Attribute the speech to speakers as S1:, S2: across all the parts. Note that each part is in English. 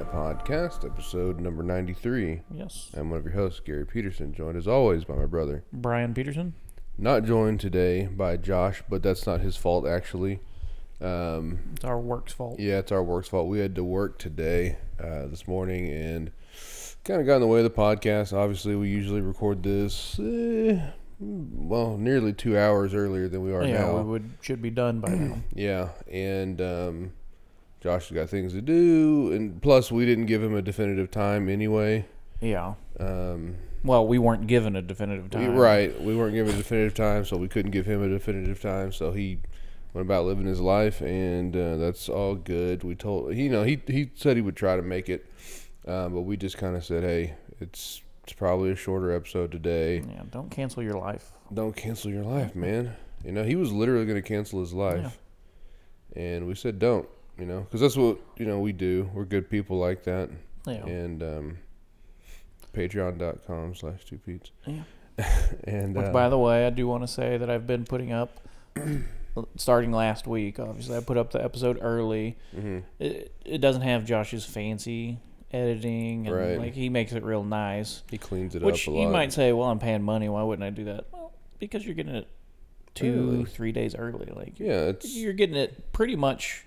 S1: Podcast, episode number 93.
S2: Yes.
S1: I'm one of your hosts, Gary Peterson, joined as always by my brother.
S2: Brian Peterson.
S1: Not joined today by Josh, but that's not his fault, actually. Um,
S2: It's our work's fault.
S1: yeah, it's our work's fault. We had to work today, uh, this morning, and kind of got in the way of the podcast. Obviously, we usually record this, eh, well, nearly two hours earlier than we are
S2: yeah,
S1: now.
S2: we would should be done by now.
S1: Yeah, and um, Josh has got things to do, and plus we didn't give him a definitive time anyway.
S2: yeah.
S1: Um,
S2: Well, we weren't given a definitive
S1: we-
S2: time.
S1: right, we weren't given a definitive time, so we couldn't give him a definitive time. So he went about living his life, and uh, that's all good. We told you know he he said he would try to make it, uh, but we just kind of said, hey, it's it's probably a shorter episode today.
S2: Yeah. Don't cancel your life.
S1: Don't cancel your life, man. You know he was literally going to cancel his life.
S2: Yeah.
S1: and we said don't you know because that's what you know we do we're good people like that
S2: Yeah. Yeah.
S1: and um patreon.com slash two peats and
S2: Which,
S1: uh,
S2: by the way, I do want to say that I've been putting up, starting last week. Obviously, I put up the episode early.
S1: mhm.
S2: It, it doesn't have Josh's fancy editing, and
S1: Right.
S2: like he makes it real nice.
S1: he cleans it
S2: Which
S1: up a
S2: you
S1: lot
S2: might say, well, I'm paying money. Why wouldn't I do that? Well, because you're getting it two,
S1: Early.
S2: three days early. Like you're
S1: yeah it's
S2: you're getting it pretty much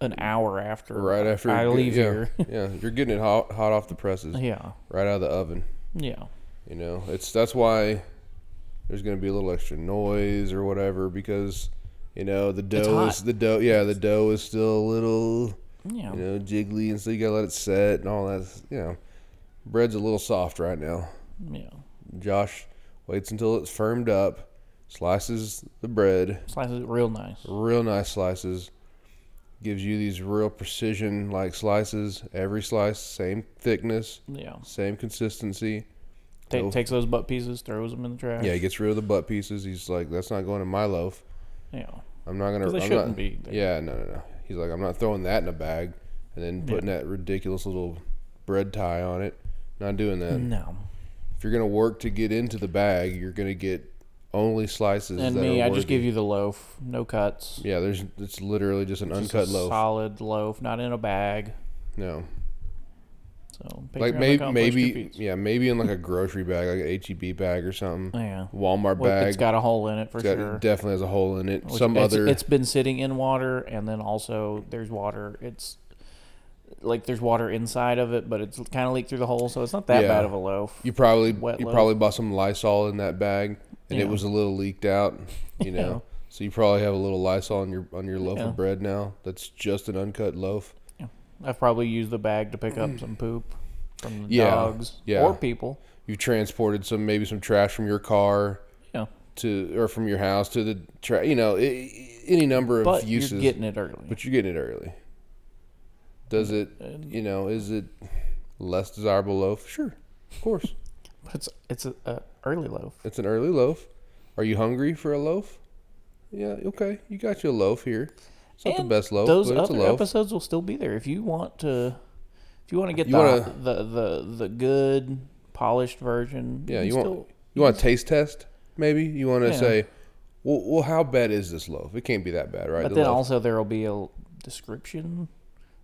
S2: an hour after
S1: right after
S2: I
S1: you get-
S2: leave
S1: yeah,
S2: here.
S1: yeah you're getting it hot, hot off the presses
S2: yeah,
S1: right out of the oven
S2: yeah,
S1: you know it's that's why there's going to be a little extra noise or whatever because you know the dough is
S2: hot.
S1: the dough yeah the dough is still a little
S2: yeah,
S1: you know, jiggly, and so you gotta let it set and all that. You know, bread's a little soft right now.
S2: yeah.
S1: Josh waits until it's firmed up, slices the bread,
S2: Slices it real nice.
S1: real nice slices, gives you these real precision like slices. Every slice, same thickness,
S2: Yeah,
S1: same consistency.
S2: Ta-
S1: Oh.
S2: takes those butt pieces, throws them in the trash.
S1: Yeah, he gets rid of the butt pieces. He's like, that's not going in my loaf.
S2: yeah.
S1: I'm not gonna.
S2: 'Cause they
S1: I'm not-
S2: shouldn't be. They-
S1: Yeah, no, no, no. He's like, I'm not throwing that in a bag, and then putting that ridiculous little bread tie on it. Not doing that.
S2: No,
S1: If you're gonna work to get into the bag, you're gonna get only slices.
S2: and
S1: that
S2: me,
S1: are
S2: I just
S1: worthy.
S2: give you the loaf, no cuts.
S1: Yeah, there's it's literally just an
S2: Just a
S1: uncut loaf.
S2: solid loaf, not in a bag.
S1: no,
S2: So
S1: like
S2: Patreon
S1: maybe
S2: account, push two
S1: maybe
S2: peas.
S1: yeah maybe in like a grocery bag, like an H E B bag or something,
S2: yeah.
S1: Walmart
S2: Well,
S1: bag.
S2: it's got a hole in it for
S1: It's got-
S2: sure.
S1: Definitely has a hole in it.
S2: Which
S1: Some
S2: it's,
S1: other
S2: it's been sitting in water and then also there's water it's like there's water inside of it but it's kind of leaked through the hole so it's not that
S1: Yeah.
S2: bad of a loaf
S1: You probably
S2: Wet
S1: you
S2: loaf.
S1: probably bought some Lysol in that bag, and it
S2: Yeah.
S1: was a little leaked out. You know,
S2: Yeah.
S1: so you probably have a little Lysol on your on your loaf
S2: Yeah.
S1: of bread now. That's just an uncut loaf.
S2: i've probably used the bag to pick up some poop from the
S1: Yeah.
S2: dogs
S1: Yeah.
S2: or people
S1: You transported some maybe some trash from your car
S2: yeah
S1: to or from your house to the trash. You know, i i- any number of
S2: but
S1: uses,
S2: you're getting it early
S1: but you're getting it early. Does it? You know, is it less desirable loaf? Sure, of course.
S2: but it's it's a, a early loaf
S1: it's an early loaf. Are you hungry for a loaf? Yeah, okay. You got you a loaf here. It's not
S2: And
S1: the best loaf,
S2: those
S1: but it's a
S2: other
S1: loaf.
S2: episodes will still be there if you want to if you want to get
S1: You
S2: the,
S1: wanna-
S2: the the the good polished version
S1: Yeah,
S2: can
S1: you want
S2: still-
S1: you want a taste test? Maybe you want to
S2: Yeah.
S1: say, well, well, how bad is this loaf? It can't be that bad, right?
S2: But
S1: The
S2: then
S1: loaf.
S2: also there will be a description,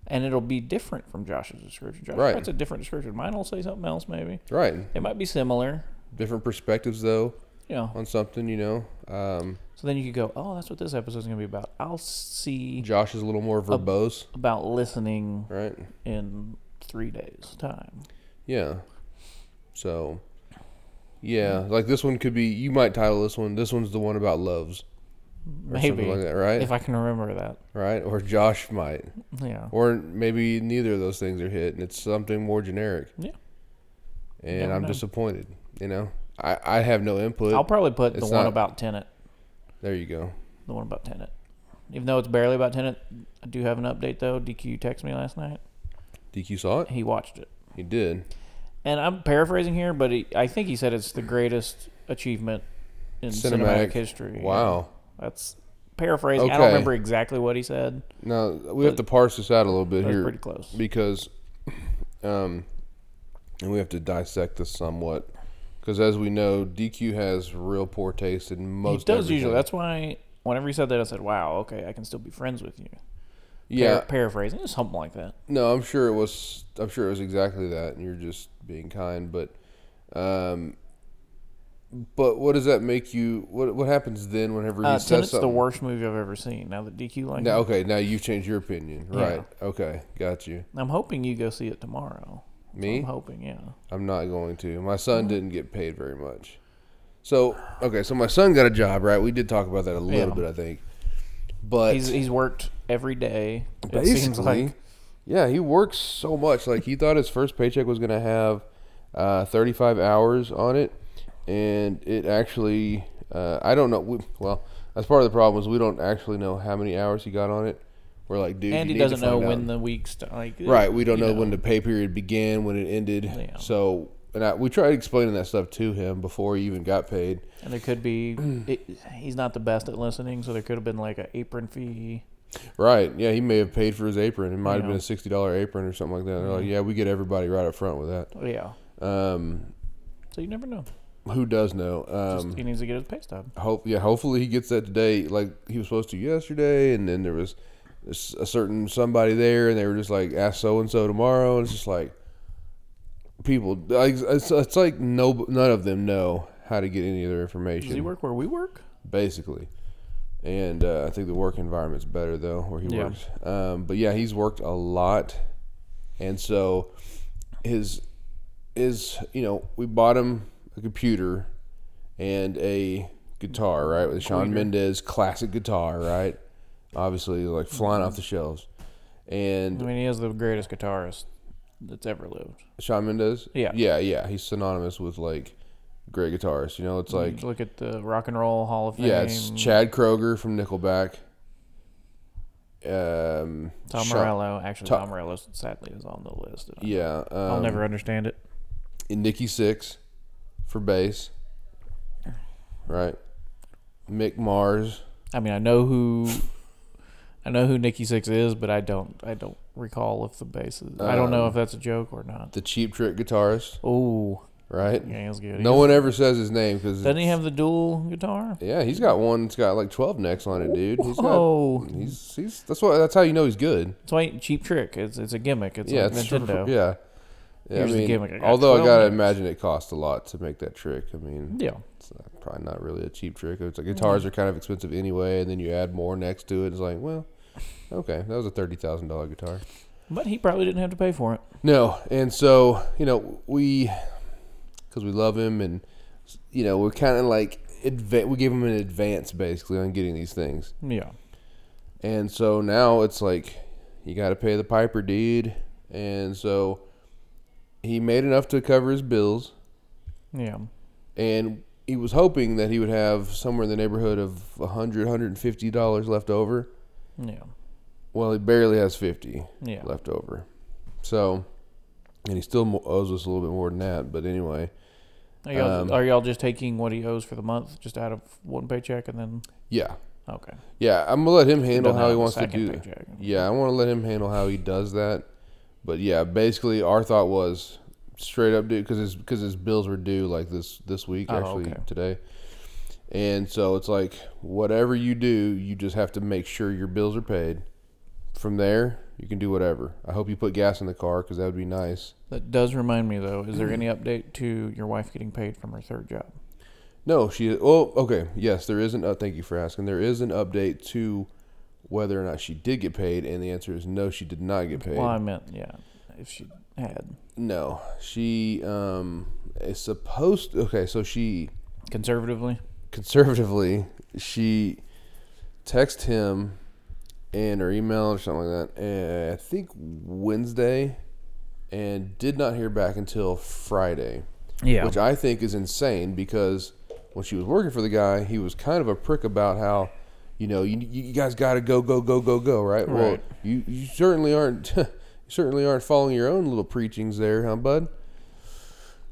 S2: and it'll be different from Josh's description. Josh
S1: Right.
S2: writes a different description. Mine will say something else, maybe.
S1: right,
S2: It might be similar.
S1: different perspectives though
S2: You know.
S1: on something. You know, um,
S2: So then you could go, oh, that's what this episode's going to be about. I'll see
S1: Josh is a little more verbose,
S2: about listening
S1: right?
S2: in three days' time.
S1: Yeah. So, yeah, like this one could be. You might title this one. This one's the one about loves, or
S2: Maybe.
S1: something like that, right?
S2: If I can remember that.
S1: right? Or Josh might.
S2: Yeah.
S1: Or maybe neither of those things are hit and it's something more generic.
S2: Yeah.
S1: And
S2: Never
S1: I'm
S2: know.
S1: disappointed. You know? I, I have no input.
S2: I'll probably put the
S1: it's
S2: one
S1: not-
S2: about Tenet.
S1: there you go.
S2: The one about Tenet. Even though it's barely about Tenet, I do have an update, though. DQ texted me last night.
S1: DQ saw it?
S2: He watched it.
S1: He did.
S2: and I'm paraphrasing here, but he, I think he said it's the greatest achievement in cinematic,
S1: Cinematic.
S2: history.
S1: Wow.
S2: that's paraphrasing. I don't
S1: Okay.
S2: remember exactly what he said.
S1: Now, we have to parse this out a little bit
S2: But it's
S1: here
S2: pretty close.
S1: because, um, and we have to dissect this somewhat. Because as we know, DQ has real poor taste in
S2: He
S1: most
S2: does
S1: everything.
S2: usually. That's why whenever he said that, I said, "Wow, okay, I can still be friends with you."
S1: Yeah.
S2: paraphrasing, something like that.
S1: No, I'm sure it was. I'm sure it was exactly that, and you're just being kind. But, um, but what does that make you? What what happens then? Whenever he
S2: Uh,
S1: says
S2: Tenet's
S1: something,
S2: the worst movie I've ever seen. Now that DQ like,
S1: Now, okay, now you've changed your opinion,
S2: Yeah.
S1: right? Okay, got you.
S2: I'm hoping you go see it tomorrow. I'm
S1: Me,
S2: hoping, yeah.
S1: I'm not going to. My
S2: Mm-hmm.
S1: son didn't get paid very much, so okay. So my son got a job, right? We did talk about that a little
S2: Yeah.
S1: bit, I think. But
S2: He's he's worked every day. It
S1: Basically,
S2: seems like
S1: yeah, he works so much. Like he thought his first paycheck was gonna have uh, 35 hours on it, and it actually, uh, I don't know. We, well, that's part of the problem is we don't actually know how many hours he got on it. We're like, dude,
S2: and
S1: you
S2: he
S1: need to
S2: doesn't know
S1: find out.
S2: when the week's st- like
S1: Right, we don't
S2: you
S1: know, when the pay period began, when it ended.
S2: Yeah.
S1: So, and I, we tried explaining that stuff to him before he even got paid.
S2: And there could be it, he's not the best at listening, so there could have been like an apron fee.
S1: Right. Yeah, he may have paid for his apron. It might have
S2: Yeah.
S1: been a sixty dollar apron or something like that. They're like, yeah, we get everybody right up front with that.
S2: Oh, Yeah.
S1: Um,
S2: So you never know.
S1: who does know?
S2: Just,
S1: Um,
S2: he needs to get his pay stub.
S1: hope yeah. Hopefully he gets that today, like he was supposed to yesterday. And then there was a s- a certain somebody there, and they were just like, ask so and so tomorrow. And it's just like people. Like, it's, it's like no, none of them know how to get any of their information.
S2: Does he work where we work?
S1: basically. And uh, I think the work environment's better though, where he
S2: Yeah.
S1: works. Um, but yeah, he's worked a lot, and so his is you know we bought him a computer and a guitar, right? With Sean Mendez classic guitar, right? Obviously, like flying off the shelves.
S2: I
S1: And
S2: mean, he is the greatest guitarist that's ever lived.
S1: Sean Mendez,
S2: Mm-hmm. Yeah.
S1: yeah, yeah, he's synonymous with like great guitarists. You know, it's like
S2: Look at the Rock and Roll Hall of Fame.
S1: Yeah, it's Chad Kroger from Nickelback. Um,
S2: Tom
S1: Sean-
S2: Morello. Actually,
S1: Tom-
S2: Tom, Morello sadly is on the list. and
S1: Yeah, um,
S2: I'll never understand it.
S1: And Nikki Six for bass. Right. Mick Mars.
S2: I mean, I know who, I know who Nikki Six is, but I don't, I don't recall if the bass is. I don't know
S1: Um,
S2: if that's a joke or not.
S1: The Cheap Trick guitarist.
S2: Oh,
S1: Right.
S2: yeah, that's good.
S1: No one ever says his name because.
S2: doesn't he have the dual guitar?
S1: Yeah, he's got one. It's got like twelve necks on it, dude. He's got.
S2: Oh,
S1: He's, he's that's what that's how you know he's good.
S2: it's like cheap trick. It's it's a gimmick. It's
S1: yeah,
S2: like
S1: it's
S2: Nintendo.
S1: yeah. Yeah,
S2: Here's
S1: I
S2: the
S1: mean,
S2: gimmick, I got
S1: although I
S2: 12
S1: gotta
S2: necks.
S1: imagine it cost a lot to make that trick. I mean,
S2: yeah.
S1: it's not, probably not really a cheap trick. It's like guitars are kind of expensive anyway, and then you add more next to it. It's like, well, okay, that was a thirty thousand dollar guitar.
S2: But he probably didn't have to pay for it.
S1: No, and so you know we, because we love him, and you know we're kind of like adva- we gave him an advance basically on getting these things,
S2: Yeah.
S1: and so now it's like you got to pay the piper, dude, and so he made enough to cover his bills.
S2: Yeah.
S1: and he was hoping that he would have somewhere in the neighborhood of 100 150 dollars left over
S2: Yeah.
S1: well he barely has 50
S2: Yeah.
S1: left over so and he still mo- owes us a little bit more than that but anyway
S2: Are y'all,
S1: Um,
S2: are y'all just taking what he owes for the month, just out of one paycheck, and then
S1: yeah
S2: okay,
S1: yeah i'm gonna let him handle
S2: Then
S1: how
S2: out
S1: he
S2: of the
S1: wants to
S2: second
S1: do that
S2: paycheck.
S1: yeah i want to let him handle how he does that but yeah basically our thought was straight up due because his because his bills were due like this this week
S2: Oh,
S1: actually
S2: okay.
S1: today and so it's like whatever you do you just have to make sure your bills are paid from there you can do whatever i hope you put gas in the car because that would be nice
S2: That does remind me though. Is there any update to your wife getting paid from her third job?
S1: no she oh okay yes there is an uh, thank you for asking there is an update to whether or not she did get paid and the answer is no she did not get paid
S2: Well, I meant yeah, if she had
S1: No, she um is supposed. okay, so she
S2: conservatively.
S1: conservatively she texted him and her email or something like that. And I think Wednesday, and did not hear back until Friday,
S2: Yeah.
S1: which I think is insane because when she was working for the guy, he was kind of a prick about how. You know, you, you guys got to go, go, go, go, go, right? Well,
S2: Right.
S1: you, you certainly aren't, you certainly aren't following your own little preachings there, huh, bud?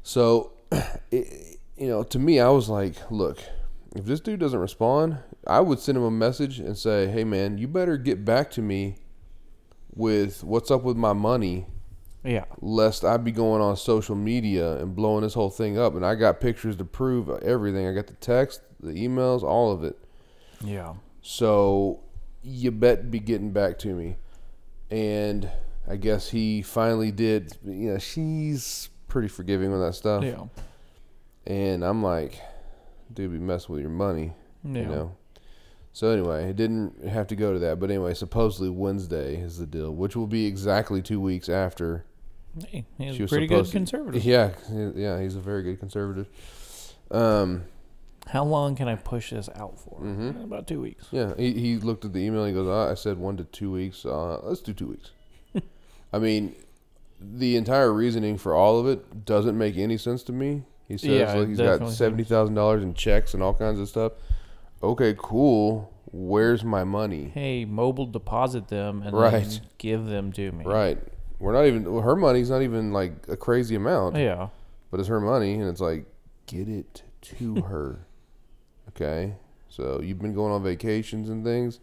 S1: So, it, you know, to me, I was like, look, if this dude doesn't respond, I would send him a message and say, hey, man, you better get back to me with what's up with my money,
S2: yeah.
S1: lest I be going on social media and blowing this whole thing up. And I got pictures to prove everything. I got the text, the emails, all of it.
S2: Yeah.
S1: So, you bet be getting back to me. and I guess he finally did. You know, she's pretty forgiving with that stuff,
S2: Yeah.
S1: and I'm like, dude, be messing with your money,
S2: Yeah.
S1: you know. So anyway, it didn't have to go to that, but anyway, supposedly Wednesday is the deal, which will be exactly two weeks after.
S2: Hey, he's
S1: She was
S2: pretty good
S1: supposed to-
S2: conservative.
S1: Yeah, yeah, he's a very good conservative. Um,
S2: How long can I push this out for?
S1: Mhm.
S2: About two weeks.
S1: Yeah, he, he looked at the email. He goes, "Ah, I said one to two weeks. Uh, let's do two weeks. I mean, the entire reasoning for all of it doesn't make any sense to me. He says
S2: Yeah, it
S1: like he's got
S2: definitely
S1: seventy thousand dollars in checks and all kinds of stuff. Okay, cool. Where's my money?
S2: Hey, mobile deposit them and
S1: Right.
S2: then give them to me.
S1: Right. We're not even. well, Her money's not even like a crazy amount,
S2: Yeah.
S1: but it's her money, and it's like get it to her. Okay. So you've been going on vacations and things.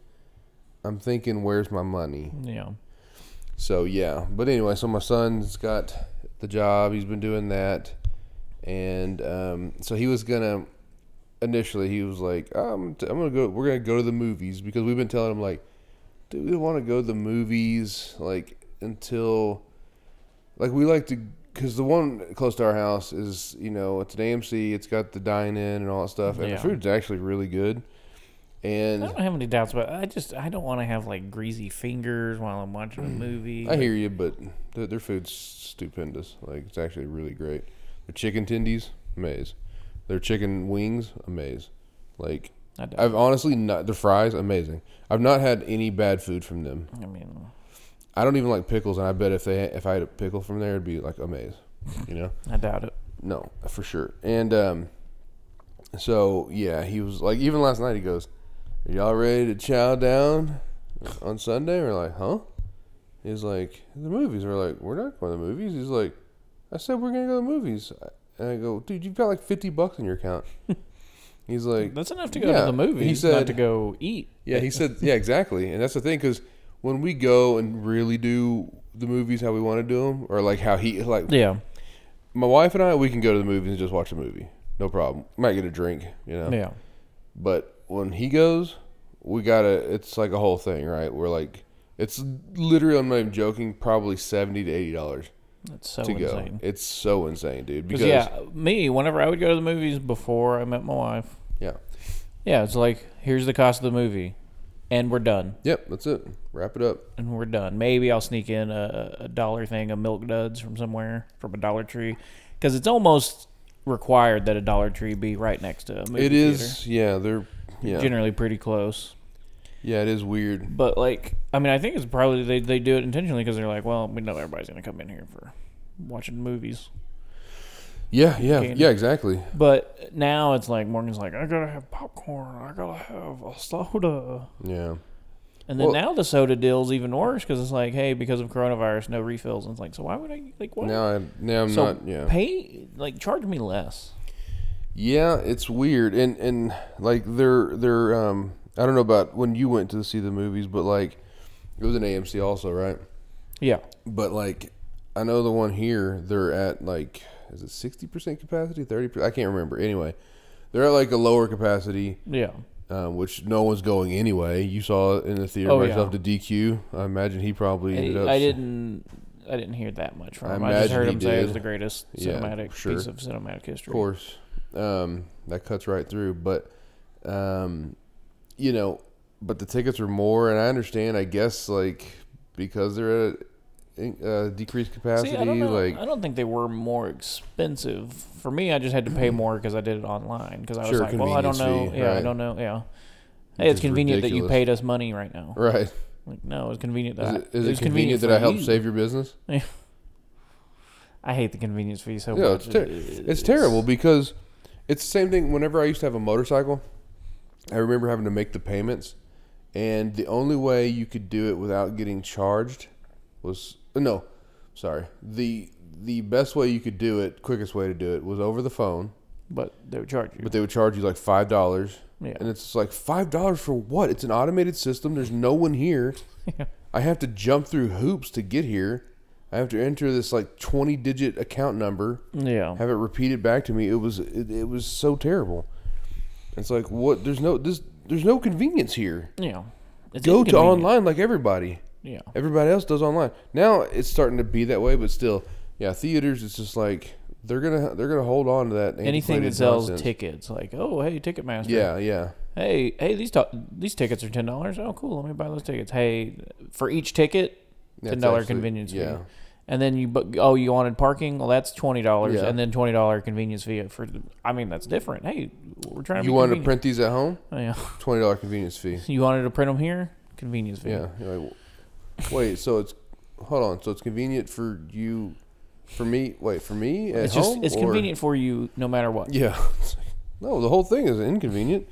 S1: I'm thinking, where's my money?
S2: Yeah.
S1: So yeah, but anyway, so my son's got the job. He's been doing that, and um, so he was gonna. Initially, he was like, "I'm, t- I'm gonna go. We're gonna go to the movies because we've been telling him like, dude, we don't want to go to the movies like until, like we like to because the one close to our house is you know it's an AMC. It's got the dine in and all that stuff, and
S2: Yeah.
S1: the food's actually really good. And
S2: I don't have any doubts about I just I don't want to have like greasy fingers while I'm watching a movie.
S1: Mm. I hear you, but th- their food's stupendous. Like it's actually really great. Their chicken tendies, amaze. Their chicken wings, amaze. Like
S2: I, don't-
S1: I've honestly not their fries, amazing. I've not had any bad food from them.
S2: I mean,
S1: I don't even like pickles, and I bet if they if I had a pickle from there, it'd be like amaze. You know.
S2: I doubt it.
S1: No, for sure. And um, so yeah, he was like, even last night, he goes, "Are y'all ready to chow down on Sunday?" We're like, "Huh?" He's like, "The movies." We're like, "We're not going to the movies." He's like, "I said we're gonna go to the movies." And I go, "Dude, you've got like fifty bucks in your account." He's like,
S2: That's enough to go
S1: yeah,
S2: to the
S1: he
S2: movies,
S1: said-
S2: not to go eat.
S1: yeah, he said, yeah, exactly. And that's the thing, because when we go and really do the movies how we want to do them, or like how he like
S2: Yeah.
S1: my wife and I, we can go to the movies and just watch a movie. No problem. Might get a drink, you know.
S2: Yeah.
S1: But when he goes, we gotta. It's like a whole thing, right? We're like, it's literally. I'm not even joking. Probably seventy to eighty dollars
S2: That's so
S1: to go.
S2: insane.
S1: It's so insane, dude.
S2: Because
S1: Because
S2: yeah, me whenever I would go to the movies before I met my wife.
S1: Yeah.
S2: Yeah, it's like here's the cost of the movie, and we're done.
S1: yep, that's it. Wrap it up.
S2: and we're done. Maybe I'll sneak in a, a dollar thing of milk duds from somewhere from a Dollar Tree because it's almost required that a Dollar Tree be right next to a movie
S1: it
S2: theater.
S1: is. Yeah, they're. Yeah,
S2: generally pretty close.
S1: yeah, it is weird.
S2: But like, I mean, I think it's probably they they do it intentionally because they're like, well, we know everybody's gonna come in here for watching movies.
S1: Yeah, yeah,
S2: Candy.
S1: yeah, exactly.
S2: But now it's like Morgan's like, I gotta have popcorn. I gotta have a soda.
S1: Yeah,
S2: And then
S1: Well-
S2: now the soda deal's even worse because it's like, hey, because of coronavirus, no refills. And it's like, so why would I like what?
S1: now I now I'm
S2: so
S1: not. Yeah,
S2: pay like charge me less.
S1: Yeah, it's weird, and and like they're they're um I don't know about when you went to see the movies, but like it was an AMC also, right?
S2: Yeah,
S1: But like I know the one here, they're at like is it sixty percent capacity, thirty? I can't remember. Anyway, they're at like a lower capacity,
S2: yeah,
S1: uh, which no one's going anyway. You saw it in the theater
S2: Oh,
S1: by
S2: yeah.
S1: yourself to DQ. I imagine he probably
S2: I,
S1: ended up.
S2: I didn't. I didn't hear that much from
S1: I
S2: him. I just
S1: imagine
S2: heard
S1: he
S2: him say it was
S1: did.
S2: the greatest
S1: Yeah,
S2: cinematic
S1: sure.
S2: piece of cinematic history.
S1: Of course, um, that cuts right through. But um, you know, but the tickets are more, and I understand. I guess like because they're at a, uh decreased capacity,
S2: See, I don't know,
S1: like
S2: I don't think they were more expensive. For me, I just had to pay more because I did it online. Because I was
S1: Sure,
S2: like, well, I don't know.
S1: convenience fee,
S2: yeah, I
S1: right.
S2: don't know. Yeah.
S1: Which
S2: Hey, it's
S1: is
S2: convenient that
S1: ridiculous.
S2: you paid us money right now.
S1: right?
S2: Like, no, it's convenient
S1: Is
S2: that
S1: it,
S2: I,
S1: is it
S2: was
S1: convenient that
S2: for
S1: I helped
S2: you.
S1: save your business?
S2: I hate the convenience fee so
S1: Yeah, it's
S2: much.
S1: ter-
S2: It-
S1: It's terrible because it's the same thing. Whenever I used to have a motorcycle, I remember having to make the payments, and the only way you could do it without getting charged was no, sorry. the The best way you could do it, quickest way to do it, was over the phone,
S2: But they would charge you.
S1: but they would charge you like five dollars,
S2: yeah.
S1: and it's just like five dollars for what? It's an automated system. There's no one here.
S2: Yeah.
S1: I have to jump through hoops to get here. I have to enter this like twenty digit account number
S2: Yeah.
S1: have it repeated back to me. It was it, it was so terrible. It's like what there's no this there's no convenience here.
S2: Yeah. It's
S1: Go to
S2: inconvenient.
S1: online like everybody.
S2: Yeah.
S1: Everybody else does online. Now it's starting to be that way, but still, yeah, theaters. It's just like they're gonna they're gonna hold on to that
S2: Anything
S1: antiquated
S2: that sells
S1: nonsense.
S2: tickets, like oh hey Ticketmaster,
S1: Yeah, yeah,
S2: Hey hey these to- these tickets are ten dollars. Oh cool, let me buy those tickets. Hey for each ticket,
S1: That's
S2: ten dollar
S1: actually-
S2: convenience
S1: Yeah,
S2: fee. And then you book, oh you wanted parking, well that's twenty dollars,
S1: Yeah.
S2: and then twenty dollar convenience fee for. I mean that's different. Hey, we're trying to.
S1: you
S2: be
S1: wanted to
S2: convenient.
S1: print these at home?
S2: Oh, yeah.
S1: Twenty dollar convenience fee.
S2: You wanted to print them here, convenience fee.
S1: Yeah. you're like, wait, so it's hold on. So it's convenient for you, for me. Wait, for me at
S2: it's
S1: home.
S2: just it's
S1: or-
S2: convenient for you no matter what.
S1: Yeah. It's like, no, the whole thing is inconvenient.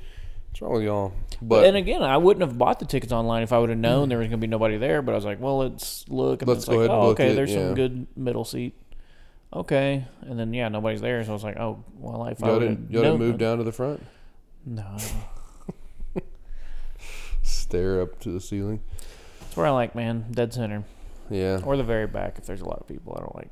S1: What's wrong with y'all? But
S2: and again, I wouldn't have bought the tickets online if I would have known there was going to be nobody there. But I was like, well, let's look. And
S1: Let's
S2: it's
S1: go
S2: like,
S1: ahead and
S2: oh,
S1: book
S2: okay,
S1: it,
S2: there's
S1: yeah.
S2: some good middle seat. Okay, and then yeah, nobody's there, so I was like, oh, well, if I
S1: y'all
S2: would
S1: didn't
S2: have
S1: y'all
S2: known,
S1: didn't move down to the front.
S2: no,
S1: Stare up to the ceiling. Oh.
S2: that's where I like, man, dead center
S1: Yeah.
S2: or the very back if there's a lot of people. I don't like.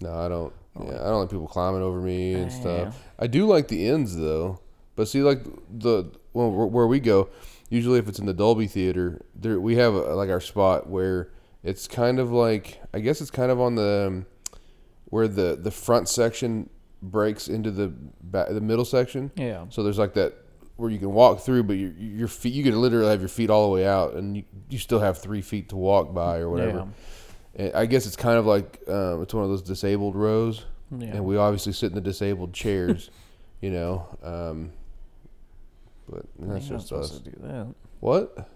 S1: No, I don't.
S2: Oh,
S1: Yeah, I don't like people climbing over me and
S2: Yeah.
S1: stuff. I do like the ends though, but see, like the well, where where we go, usually if it's in the Dolby Theater, there we have uh like our spot where it's kind of like I guess it's kind of on the um, where the the front section breaks into the back, the middle section.
S2: Yeah,
S1: So there's like that where you can walk through, but your your feet you could literally have your feet all the way out, and you, you still have three feet to walk by or whatever. And I guess it's kind of like um, it's one of those disabled rows,
S2: Yeah, yeah.
S1: and we obviously sit in the disabled chairs, you know. Um, but
S2: You're
S1: that's
S2: not
S1: just
S2: supposed
S1: us.
S2: to do that.
S1: What?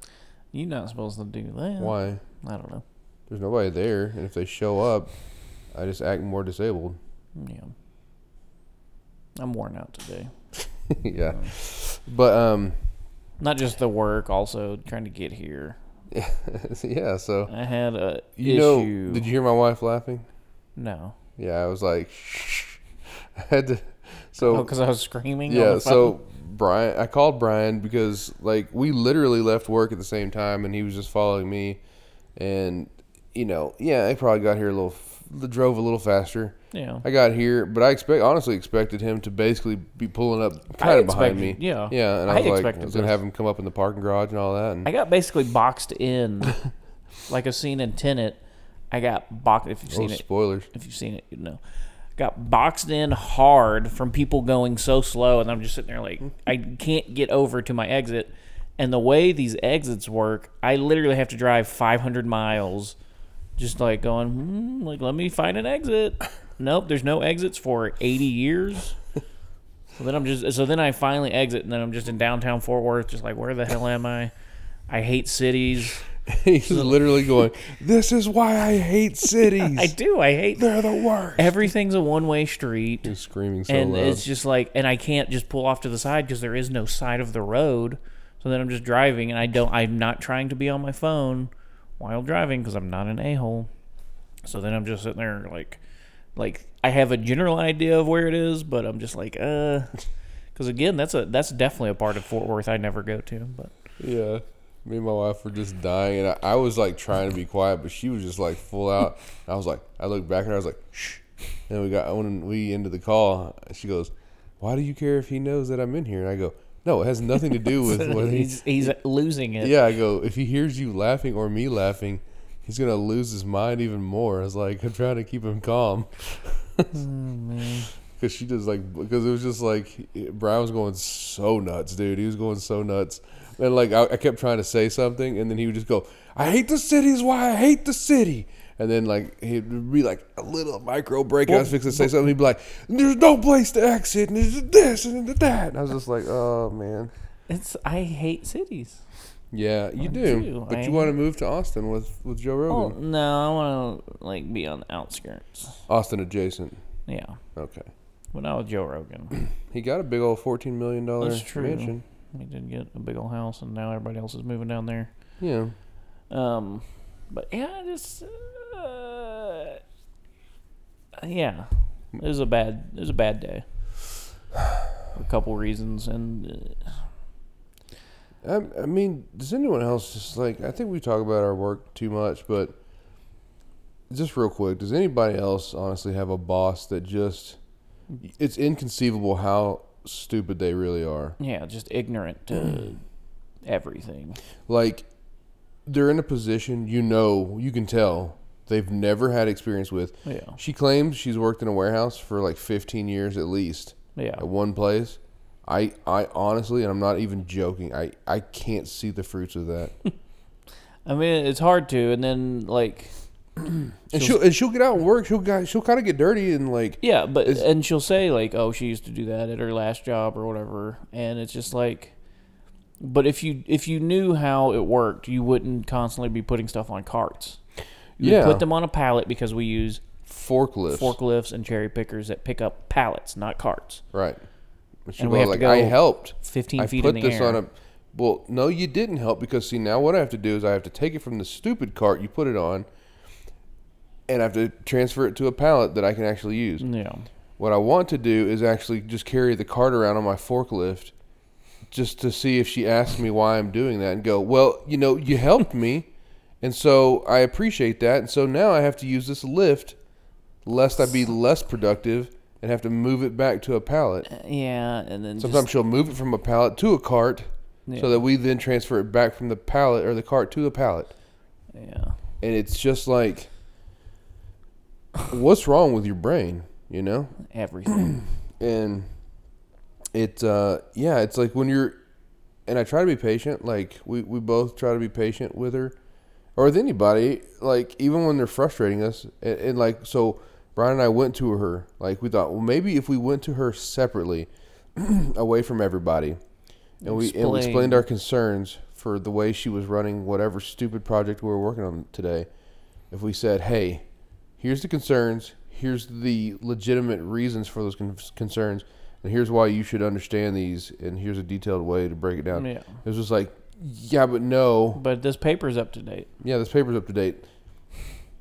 S2: You're not supposed to do that.
S1: Why?
S2: I don't know.
S1: There's nobody there, and if they show up, I just act more disabled.
S2: Yeah, I'm worn out today.
S1: yeah, but um,
S2: Not just the work, also trying to get here.
S1: yeah. So
S2: I had a
S1: you
S2: issue.
S1: know, did you hear my wife laughing?
S2: No.
S1: Yeah, I was like, shh. I had to.
S2: Oh,
S1: So
S2: because I was screaming. on
S1: yeah,
S2: the
S1: so
S2: phone?
S1: Brian, I called Brian because like we literally left work at the same time, and he was just following me, and you know, yeah, I probably got here a little, f- drove a little faster.
S2: yeah,
S1: I got here, but I expect honestly expected him to basically be pulling up
S2: I
S1: kind of behind me.
S2: expected- yeah.
S1: yeah, and I
S2: I
S1: was like, I
S2: expected
S1: was gonna
S2: this.
S1: have him come up in the parking garage and all that, and
S2: I got basically boxed in, like a scene in Tenet. I got boxed. If you've
S1: oh,
S2: seen it,
S1: spoilers.
S2: if you've seen it, you know. Got boxed in hard from people going so slow, and I'm just sitting there like I can't get over to my exit. And the way these exits work, I literally have to drive 500 miles, just like going, hmm, like let me find an exit. Nope, there's no exits for 80 years. So then I'm just so then I finally exit, and then I'm just in downtown Fort Worth, just like where the hell am I? I hate cities.
S1: He's literally going. This is why I hate cities.
S2: I do. I hate.
S1: They're the worst.
S2: Everything's a one-way street.
S1: He's screaming so uh,
S2: and
S1: loud.
S2: it's just like and i can't just pull off to the side because there is no side of the road so then i'm just driving and i don't i'm not trying to be on my phone while driving because i'm not an a-hole so then i'm just sitting there like like i have a general idea of where it is but i'm just like uh because again that's a that's definitely a part of fort worth i never go to but
S1: Yeah. Me and my wife were just dying, and I, I was like trying to be quiet, but she was just like full out. I was like, I looked back at her, I was like, shh. And we got when we ended the call, she goes, "Why do you care if he knows that I'm in here?" And I go, "No, it has nothing to do with what he's."
S2: he's he's losing it
S1: Yeah, I go, if he hears you laughing or me laughing, he's gonna lose his mind even more. I was like, I'm trying to keep him calm. Because she just like, because it was just like, Brian was going so nuts, dude. He was going so nuts. And like, I, I kept trying to say something, and then he would just go, I hate the city is why I hate the city. And then like, he'd be like a little micro break. I was fixing to say something. He'd be like, there's no place to exit, and there's this and that. And I was just like, oh, man.
S2: it's i hate cities
S1: Yeah, you
S2: I
S1: do.
S2: do.
S1: But
S2: I-
S1: you want to move to Austin with, with Joe
S2: oh
S1: Rogan.
S2: no i want to like be on the outskirts
S1: Austin adjacent.
S2: yeah
S1: Okay.
S2: but not with joe rogan
S1: He got a big old $14 million
S2: That's true.
S1: mansion.
S2: We did get a big old house, and now everybody else is moving down there.
S1: Yeah.
S2: Um, but yeah, I just uh, yeah, it was a bad it was a bad day for a couple reasons, and uh,
S1: I, I mean, does anyone else just like, I think we talk about our work too much, but just real quick, does anybody else honestly have a boss that just, it's inconceivable how stupid they really are?
S2: yeah, just ignorant to everything.
S1: Like, they're in a position you know you can tell they've never had experience with.
S2: Yeah.
S1: She claims she's worked in a warehouse for like 15 years at least.
S2: Yeah.
S1: At one place. I I honestly, and I'm not even joking. I I can't see the fruits of that.
S2: I mean, it's hard to, and then like
S1: and she'll and she'll get out and work. She'll got, she'll kind of get dirty and like
S2: yeah, but
S1: It's-
S2: and she'll say like, "Oh, she used to do that at her last job or whatever," and it's just like, but if you if you knew how it worked, you wouldn't constantly be putting stuff on carts. You would
S1: yeah
S2: put them on a pallet because we use
S1: forklifts.
S2: forklifts and cherry pickers that pick up pallets, not carts.
S1: right. And she'll
S2: And we
S1: be
S2: have to
S1: like,
S2: go
S1: I helped.
S2: Fifteen
S1: I
S2: feet
S1: put
S2: in the
S1: this
S2: air.
S1: on a. Well, no, you didn't help because see now what I have to do is I have to take it from the stupid cart you put it on, and I have to transfer it to a pallet that I can actually use.
S2: yeah,
S1: What I want to do is actually just carry the cart around on my forklift, just to see if she asks me why I'm doing that, and go, well, you know, you helped me, and so I appreciate that, and so now I have to use this lift, lest I be less productive and have to move it back to a pallet.
S2: Uh, yeah, and then
S1: Sometimes she'll move it from a pallet to a cart,
S2: Yeah.
S1: so that we then transfer it back from the pallet or the cart to the pallet.
S2: just, yeah,
S1: And it's just like, what's wrong with your brain? You know,
S2: everything.
S1: and it, uh, yeah, it's like when you're, and I try to be patient. Like we we both try to be patient with her, or with anybody. Like even when they're frustrating us, and, and like so, Brian and I went to her. Like we thought, well, maybe if we went to her separately, away from everybody, and we, and we
S2: Explain.
S1: explained our concerns for the way she was running whatever stupid project we were working on today. If we said, "Hey, here's the concerns, here's the legitimate reasons for those con- concerns, and here's why you should understand these, and here's a detailed way to break it down,"
S2: yeah,
S1: it was just like, "Yeah, but no,
S2: but this paper's up to date.
S1: yeah, this paper's up to date."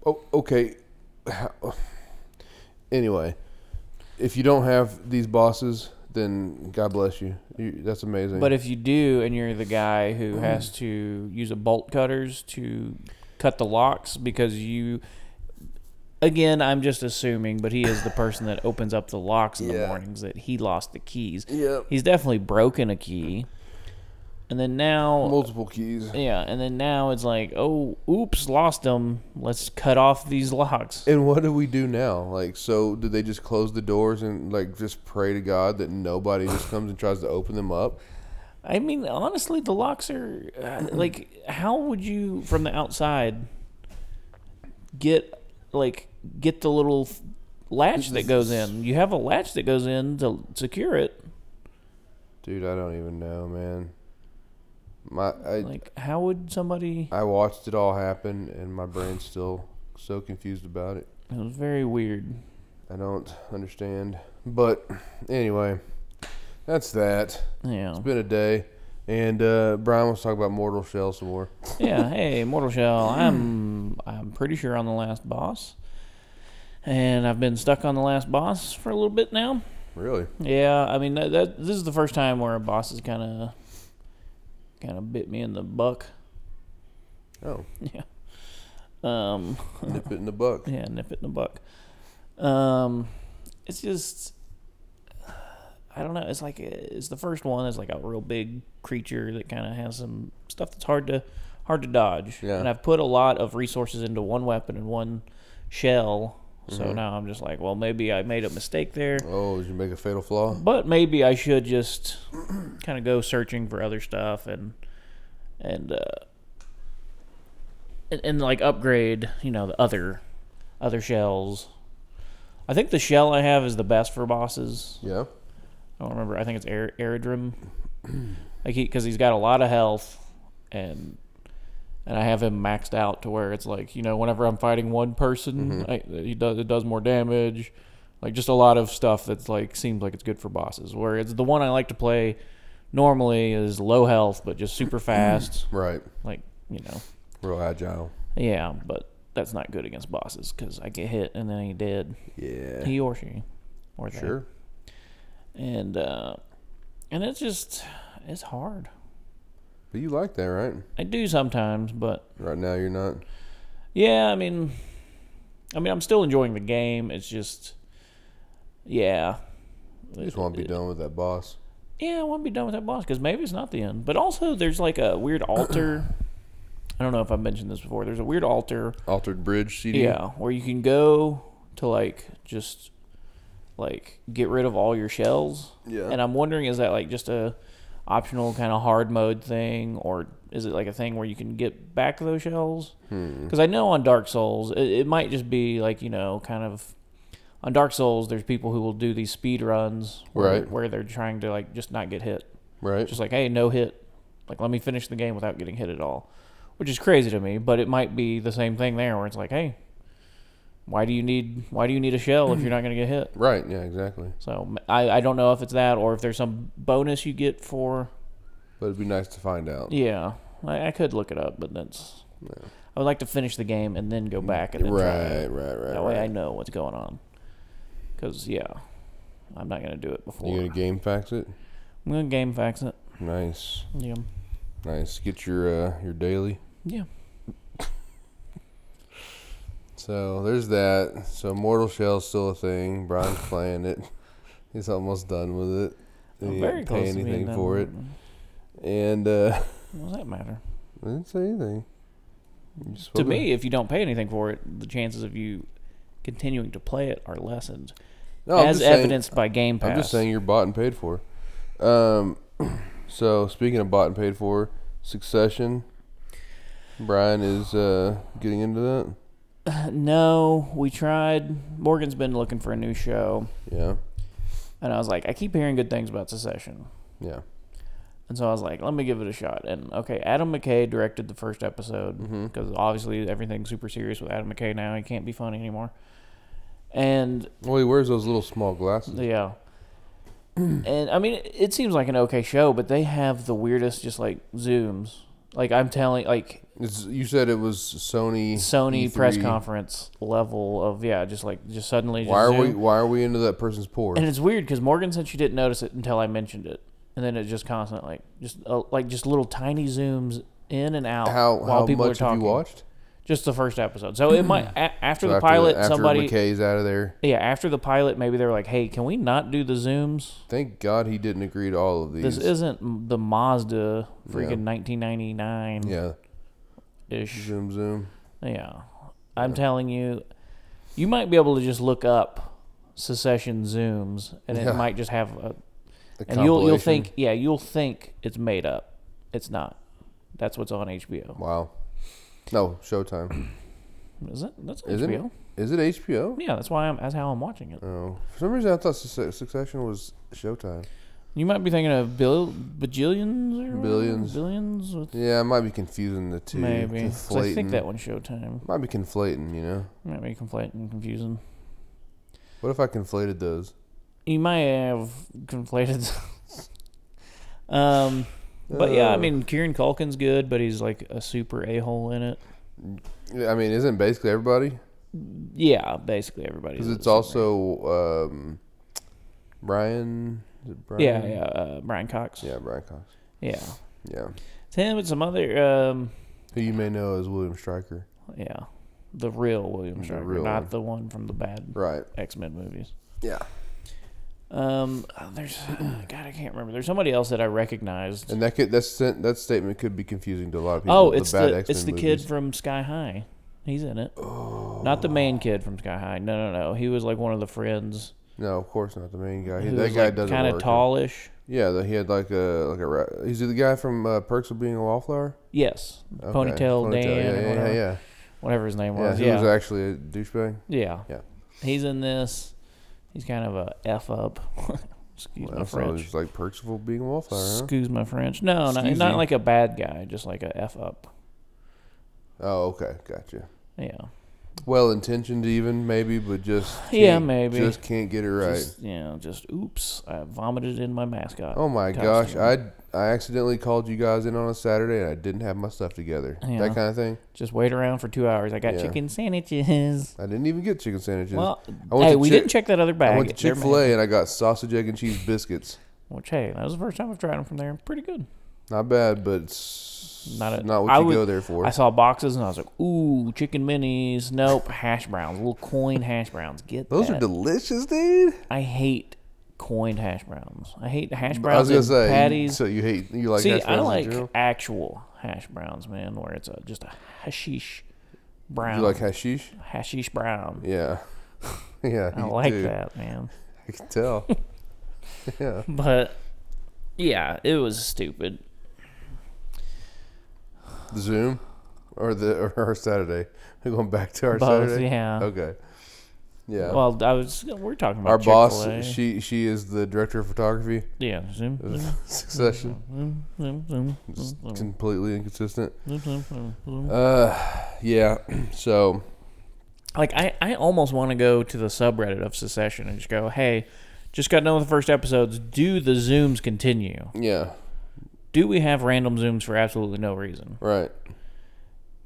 S1: Oh, okay. anyway, if you don't have these bosses, then God bless you. you that's amazing.
S2: But if you do, and you're the guy who has to use a bolt cutters to cut the locks because you, again, I'm just assuming, but he is the person that opens up the locks in the
S1: Yeah.
S2: mornings that he lost the keys.
S1: yeah.
S2: He's definitely broken a key, and then now,
S1: multiple keys.
S2: yeah, and then now it's like, oh, oops, lost them. Let's cut off these locks.
S1: And what do we do now? Like, so do they just close the doors and like just pray to God that nobody just comes and tries to open them up?
S2: I mean, honestly, the locks are uh, like, how would you from the outside get like get the little f- latch that goes in? You have a latch that goes in to secure it.
S1: Dude, I don't even know, man. My I
S2: Like, how would somebody?
S1: I watched it all happen, and my brain's still so confused about it.
S2: It was very weird.
S1: I don't understand. But anyway, that's that.
S2: Yeah,
S1: It's been a day, and uh, Brian wants to talk about Mortal Shell some more.
S2: yeah. Hey, Mortal Shell, I'm I'm pretty sure on the last boss, and I've been stuck on the last boss for a little bit now.
S1: Really?
S2: Yeah, I mean that, that this is the first time where a boss has kind of kind of bit me in the buck.
S1: Oh,
S2: Yeah. Um.
S1: nip it in the buck.
S2: Yeah. Nip it in the buck. Um. It's just. I don't know. It's like it's the first one. It's like a real big creature that kind of has some stuff that's hard to hard to dodge.
S1: Yeah.
S2: And I've put a lot of resources into one weapon and one shell. So
S1: Mm-hmm.
S2: now I'm just like, well, maybe I made a mistake there.
S1: Oh, did you make a fatal flaw?
S2: But maybe I should just kind of go searching for other stuff and and uh, and, and like upgrade, you know, the other other shells. I think the shell I have is the best for bosses.
S1: Yeah.
S2: I don't remember. I think it's Aer- Aerodrome. Like he, because he's got a lot of health, and and I have him maxed out to where it's like you know whenever I'm fighting one person, I, he does it does more damage, like just a lot of stuff that's like seems like it's good for bosses. Where it's the one I like to play normally is low health but just super fast,
S1: Right.
S2: like you know,
S1: Real agile.
S2: yeah. But that's not good against bosses because I get hit and then he dead,
S1: Yeah.
S2: he or she, or they
S1: Sure.
S2: and uh, and it's just it's hard.
S1: But you like that, right?
S2: I do sometimes, but
S1: Right now you're not.
S2: yeah, I mean, I mean, I'm still enjoying the game. It's just, yeah,
S1: You just want to be done with that boss.
S2: yeah. I want to be done with that boss because maybe it's not the end. But also, there's like a weird altar I don't know if I've mentioned this before. There's a weird altar.
S1: Altered Bridge CD.
S2: Yeah, where you can go to like just like get rid of all your shells.
S1: Yeah.
S2: And I'm wondering is that like just a optional kind of hard mode thing or is it like a thing where you can get back those shells?
S1: Hmm.
S2: Cuz I know on Dark Souls it, it might just be like, you know, kind of on Dark Souls there's people who will do these speed runs where,
S1: Right.
S2: where they're trying to like just not get hit.
S1: Right.
S2: Just like, hey, no hit. Like, let me finish the game without getting hit at all, which is crazy to me. But it might be the same thing there, where it's like, hey, why do you need why do you need a shell if you're not going to get hit?
S1: right. Yeah. Exactly.
S2: So m- I, I don't know if it's that or if there's some bonus you get for.
S1: But it'd be nice to find out.
S2: Yeah, I, I could look it up, but that's. I would like to finish the game and then go back and then try
S1: Right.
S2: it.
S1: Right. Right.
S2: That way I
S1: right.
S2: know what's going on. Because yeah, I'm not going to do it
S1: You
S2: before.
S1: gonna game fax it?
S2: I'm going to game fax it.
S1: Nice.
S2: Yeah.
S1: Nice. Get your uh, your daily.
S2: Yeah.
S1: So there's that. So Mortal Shell's still a thing. Brian's playing it. He's almost done with it.
S2: I'm
S1: He
S2: very
S1: didn't pay
S2: close to being
S1: anything
S2: done
S1: for
S2: with
S1: it. And uh
S2: What does that matter?
S1: I didn't say anything. You just
S2: to
S1: wanna-
S2: me, if you don't pay anything for it, the chances of you continuing to play it are lessened,
S1: no, I'm
S2: as
S1: just saying-
S2: evidenced by Game Pass.
S1: I'm just saying you're bought and paid for. Um so speaking of bought and paid for, succession. Brian is uh getting into that.
S2: No, we tried. Morgan's been looking for a new show,
S1: Yeah.
S2: and I was like, I keep hearing good things about Secession,
S1: Yeah.
S2: and so I was like, let me give it a shot. And okay, Adam McKay directed the first episode
S1: Mm. Mm-hmm.
S2: because obviously everything's super serious with Adam McKay now. He can't be funny anymore, and
S1: Well he wears those little small glasses.
S2: Yeah. and I mean, it, it seems like an okay show, but they have the weirdest, just like zooms. Like I'm telling, like
S1: It's, you said it was Sony E
S2: Sony press
S1: E3.
S2: conference level of yeah, just like just suddenly. Just
S1: Why are
S2: zoom.
S1: we why are we into that person's pores?
S2: And it's weird because Morgan said she didn't notice it until I mentioned it, and then it just constant like just uh, like just little tiny zooms in and out
S1: how
S2: while
S1: how
S2: people
S1: much
S2: are
S1: have you
S2: talking.
S1: watched?
S2: Just the first episode, so it might a- after
S1: So
S2: the
S1: after
S2: pilot,
S1: after
S2: somebody
S1: McKay's out of there.
S2: yeah after the pilot, maybe they were like, hey, can we not do the zooms?
S1: Thank God he didn't agree to all of these.
S2: This isn't m- the Mazda freaking 1999
S1: yeah.
S2: ish.
S1: Zoom zoom.
S2: Yeah. I'm telling you, you might be able to just look up secession zooms and it
S1: Yeah.
S2: might just have a.
S1: The
S2: And you'll, you'll
S1: compilation.
S2: think, yeah, you'll think it's made up. It's not. That's what's on HBO.
S1: Wow. No, Showtime.
S2: Is it? That's
S1: Is it?
S2: HBO.
S1: Is it HBO?
S2: Yeah, that's why I'm. That's how I'm watching it.
S1: Oh, for some reason I thought Suc- Succession was Showtime.
S2: You might be thinking of bill, bajillions or whatever?
S1: Billions.
S2: billions with
S1: Yeah, I might be confusing the two.
S2: maybe. 'Cause I think
S1: Conflating.
S2: that one's Showtime.
S1: might be conflating. You know,
S2: Might be conflating, confusing.
S1: what if I conflated those?
S2: you might have conflated. um, but yeah, I
S1: Uh.
S2: mean, Kieran Culkin's good, but he's like a super a hole in it.
S1: Yeah, I mean, isn't basically everybody?
S2: Yeah, basically everybody.
S1: Because
S2: is
S1: it's
S2: in there.
S1: also um, Brian. Is it Brian?
S2: yeah, yeah, uh, Brian Cox. Yeah.
S1: Yeah, Brian Cox. Yeah.
S2: it's him and some other. Um,
S1: Who you may know as William Stryker.
S2: yeah, the real William
S1: The
S2: Shatner,
S1: real
S2: not
S1: one.
S2: the one from the bad
S1: Right.
S2: X Men movies.
S1: Yeah.
S2: Um, there's God, I can't remember. There's somebody else that I recognized.
S1: And that could that's sent- that statement could be confusing to a lot of people.
S2: Oh, it's the,
S1: bad
S2: it's the
S1: X-Men
S2: kid
S1: movies. Oh.
S2: from Sky High. He's in it. Not the main kid from Sky High. No, no, no. He was like one of the friends.
S1: No, of course not the main guy. He-
S2: who
S1: that
S2: was,
S1: guy
S2: like,
S1: doesn't
S2: kind
S1: work.
S2: of tallish.
S1: Yeah, the, he had like a like a. Ra- he's the guy from uh, Perks of Being a Wallflower.
S2: Yes,
S1: Okay.
S2: ponytail, Dan,
S1: Yeah,
S2: or
S1: yeah,
S2: whatever,
S1: yeah, yeah.
S2: whatever his name
S1: Yeah,
S2: was.
S1: he
S2: Yeah,
S1: was actually a douchebag.
S2: yeah,
S1: Yeah.
S2: He's in this. He's kind of a f up. Excuse
S1: Well,
S2: my
S1: that's always
S2: French.
S1: like Perks of Being a Wallflower. Huh?
S2: Excuse my French. No, not,
S1: Excuse
S2: not
S1: you.
S2: like a bad guy. Just like a f up.
S1: Oh, okay, gotcha.
S2: Yeah.
S1: Well intentioned, even maybe, but just
S2: Yeah,
S1: can't-
S2: maybe.
S1: just can't get it right.
S2: Just, you know, just oops, I vomited in my mascot.
S1: Oh my gosh,
S2: costume.
S1: I I accidentally called you guys in on a Saturday and I didn't have my stuff together.
S2: Yeah.
S1: That kind of thing.
S2: Just wait around for two hours. I got
S1: Yeah.
S2: chicken sandwiches.
S1: I didn't even get chicken sandwiches.
S2: Well,
S1: I went
S2: hey,
S1: to
S2: we
S1: Chick-
S2: didn't check that other bag.
S1: I went to
S2: They're
S1: Chick Fil A and I got sausage, egg, and cheese biscuits.
S2: ma- Which hey, that was the first time I've tried them from there. Pretty good.
S1: Not bad, but it's
S2: Not
S1: not,
S2: a-
S1: what
S2: I
S1: you
S2: would-
S1: go there for.
S2: I saw boxes and I was like, ooh, chicken minis. Nope, hash browns. Little coin hash browns. Get
S1: Those
S2: that.
S1: are delicious, dude.
S2: I hate coined hash browns. I hate hash
S1: I was
S2: browns
S1: gonna
S2: and
S1: say,
S2: patties.
S1: so you hate you like
S2: See,
S1: hash
S2: I
S1: browns in
S2: like
S1: general?
S2: actual hash browns, man, where it's a, just a hashish
S1: Do
S2: brown.
S1: you like hashish?
S2: hashish brown.
S1: Yeah. yeah.
S2: I
S1: you
S2: like
S1: do.
S2: that, man.
S1: I can tell. yeah.
S2: But yeah, it was stupid.
S1: The Zoom or the or our Saturday. We're going back to our
S2: Both,
S1: Saturday.
S2: yeah.
S1: Okay. Yeah.
S2: Well, I was we're talking about
S1: our
S2: Chick-fil-A.
S1: boss, she she is the director of photography.
S2: yeah, zoom, zoom,
S1: Succession.
S2: zoom, zoom, zoom,
S1: It's
S2: Mm-hmm.
S1: completely inconsistent.
S2: zoom, zoom, zoom, zoom.
S1: Uh, yeah. So
S2: Like I, I almost want to go to the subreddit of secession and just go, hey, just got done with the first episodes. Do the zooms continue?
S1: yeah,
S2: Do we have random zooms for absolutely no reason?
S1: right.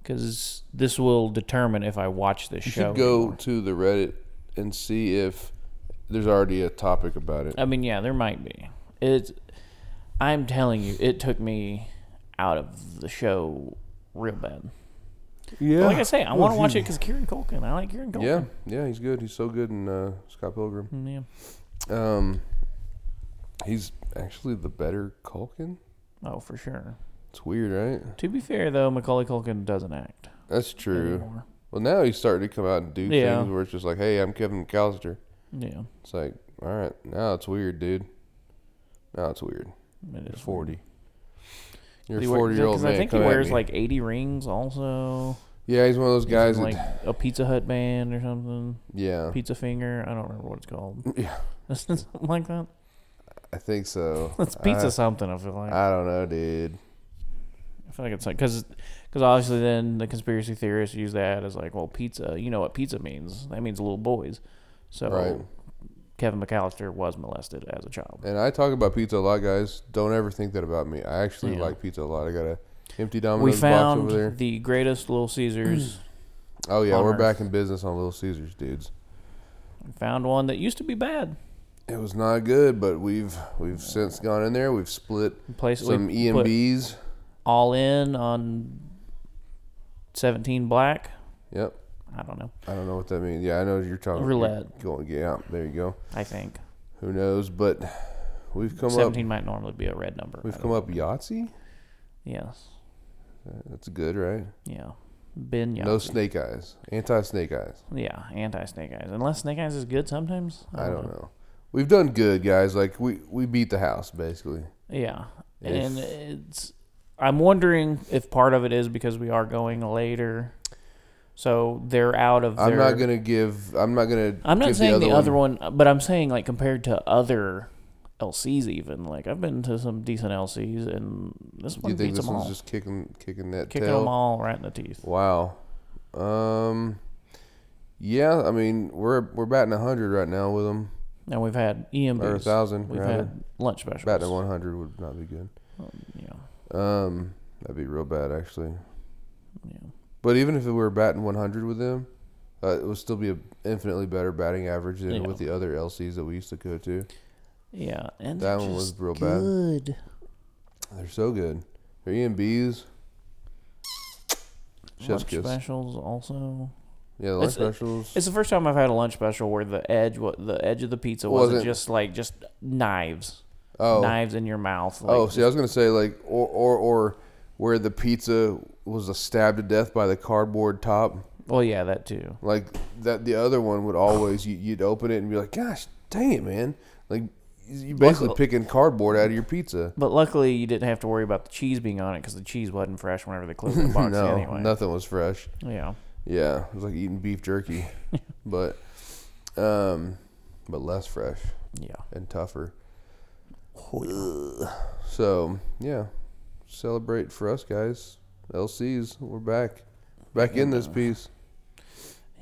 S2: Because this will determine if I watch this
S1: You
S2: show.
S1: should go to the Reddit and see if there's already a topic about it.
S2: I mean, yeah, there might be. It. I'm telling you, it took me out of the show real bad.
S1: Yeah.
S2: Like I say, I want to watch it because Kieran Culkin. I like Kieran Culkin.
S1: Yeah, yeah, he's good. He's so good in uh, Scott Pilgrim.
S2: Mm, yeah.
S1: Um, he's actually the better Culkin.
S2: Oh, for sure.
S1: It's weird, right?
S2: To be fair, though, Macaulay Culkin doesn't act
S1: That's true.
S2: anymore.
S1: Well, now he's starting to come out and do
S2: Yeah.
S1: things where it's just like, "Hey, I'm Kevin McAllister."
S2: Yeah,
S1: It's like, all right, now it's weird, dude. Now it's weird.
S2: it
S1: You're
S2: is.
S1: forty. You're a
S2: He wear-
S1: forty year old
S2: 'cause
S1: man.
S2: I think
S1: come
S2: he
S1: at
S2: wears
S1: me.
S2: like 80 rings. Also,
S1: Yeah, he's one of those
S2: He's
S1: guys
S2: in,
S1: that
S2: like a Pizza Hut band or something.
S1: yeah.
S2: Pizza Finger. I don't remember what it's called.
S1: Oh. Yeah.
S2: something like that.
S1: I think so.
S2: It's
S1: I-
S2: pizza something. I feel like.
S1: I, don't know, dude.
S2: I feel like it's like because because obviously then the conspiracy theorists use that as like well pizza you know what pizza means that means little boys so
S1: Right.
S2: Kevin McAllister was molested as a child
S1: And I talk about pizza a lot, guys. Don't ever think that about me. I actually
S2: Yeah.
S1: like pizza a lot. I got a empty
S2: we
S1: Domino's box over there.
S2: found the greatest Little Caesars
S1: Oh yeah,
S2: on
S1: we're
S2: Earth.
S1: back in business on Little Caesars, dudes.
S2: found one that used to be bad
S1: It was not good, but we've we've since gone in there. We've split
S2: place we
S1: some E
S2: put
S1: EMBs.
S2: all in on 17 black
S1: Yep.
S2: I don't know
S1: I don't know what that means. Yeah, I know you're talking you're
S2: Roulette.
S1: Going, yeah, there you go.
S2: I think
S1: Who knows? But we've come
S2: 17
S1: up.
S2: might normally be a red number I
S1: We've
S2: don't-
S1: come up Yahtzee.
S2: yes
S1: That's good, right?
S2: yeah Ben Yahtzee.
S1: No snake eyes. Anti snake eyes.
S2: yeah anti snake eyes unless snake eyes is good sometimes
S1: I don't know. We've done good, guys. Like we we beat the house basically.
S2: Yeah.
S1: If-
S2: and it's I'm wondering if part of it is because we are going later. So they're out of
S1: I'm
S2: their
S1: not gonna give. I'm not gonna.
S2: I'm not
S1: give
S2: saying the other, one. but I'm saying like compared to other LCs even. Like I've been to some decent LCs and this
S1: Do
S2: one
S1: you think
S2: beats
S1: this
S2: them
S1: one's
S2: all.
S1: just kicking kicking that
S2: Kicking
S1: tail?
S2: them all right in the teeth.
S1: Wow. Um. Yeah, I mean we're we're batting hundred right now with them
S2: And we've had
S1: or a
S2: EMBs.
S1: thousand.
S2: We've
S1: rather.
S2: had lunch specials.
S1: batting one hundred would not be good.
S2: Yeah.
S1: Um, that'd be real bad actually.
S2: Yeah.
S1: But even if we were batting 100 with them, uh, it would still be an infinitely better batting average than
S2: Yeah.
S1: with the other LCs that we used to go to.
S2: Yeah. And
S1: That
S2: they're
S1: one was
S2: just
S1: real bad.
S2: good.
S1: They're so good. They're EMBs. Chef's
S2: Lunch
S1: kiss.
S2: specials also.
S1: Yeah, the lunch
S2: It's- it-
S1: specials.
S2: It's the first time I've had a lunch special where the edge, what the edge of the pizza wasn't,
S1: Wasn't-
S2: just like just knives,
S1: oh,
S2: knives in your mouth. Like,
S1: oh. See, I was gonna say like or or or where the pizza was a stab to death by the cardboard top.
S2: well, yeah, that too.
S1: Like that, the other one would always you, you'd open it and be like, "Gosh, dang it, man!" Like you
S2: uh,
S1: basically picking cardboard out of your pizza.
S2: But luckily, you didn't have to worry about the cheese being on it because the cheese wasn't fresh whenever they closed the box
S1: no,
S2: anyway.
S1: nothing was fresh.
S2: Yeah,
S1: Yeah, it was like eating beef jerky, but um, but less fresh
S2: yeah.
S1: and tougher. So yeah, celebrate for us guys. LCs, we're back, back in this piece.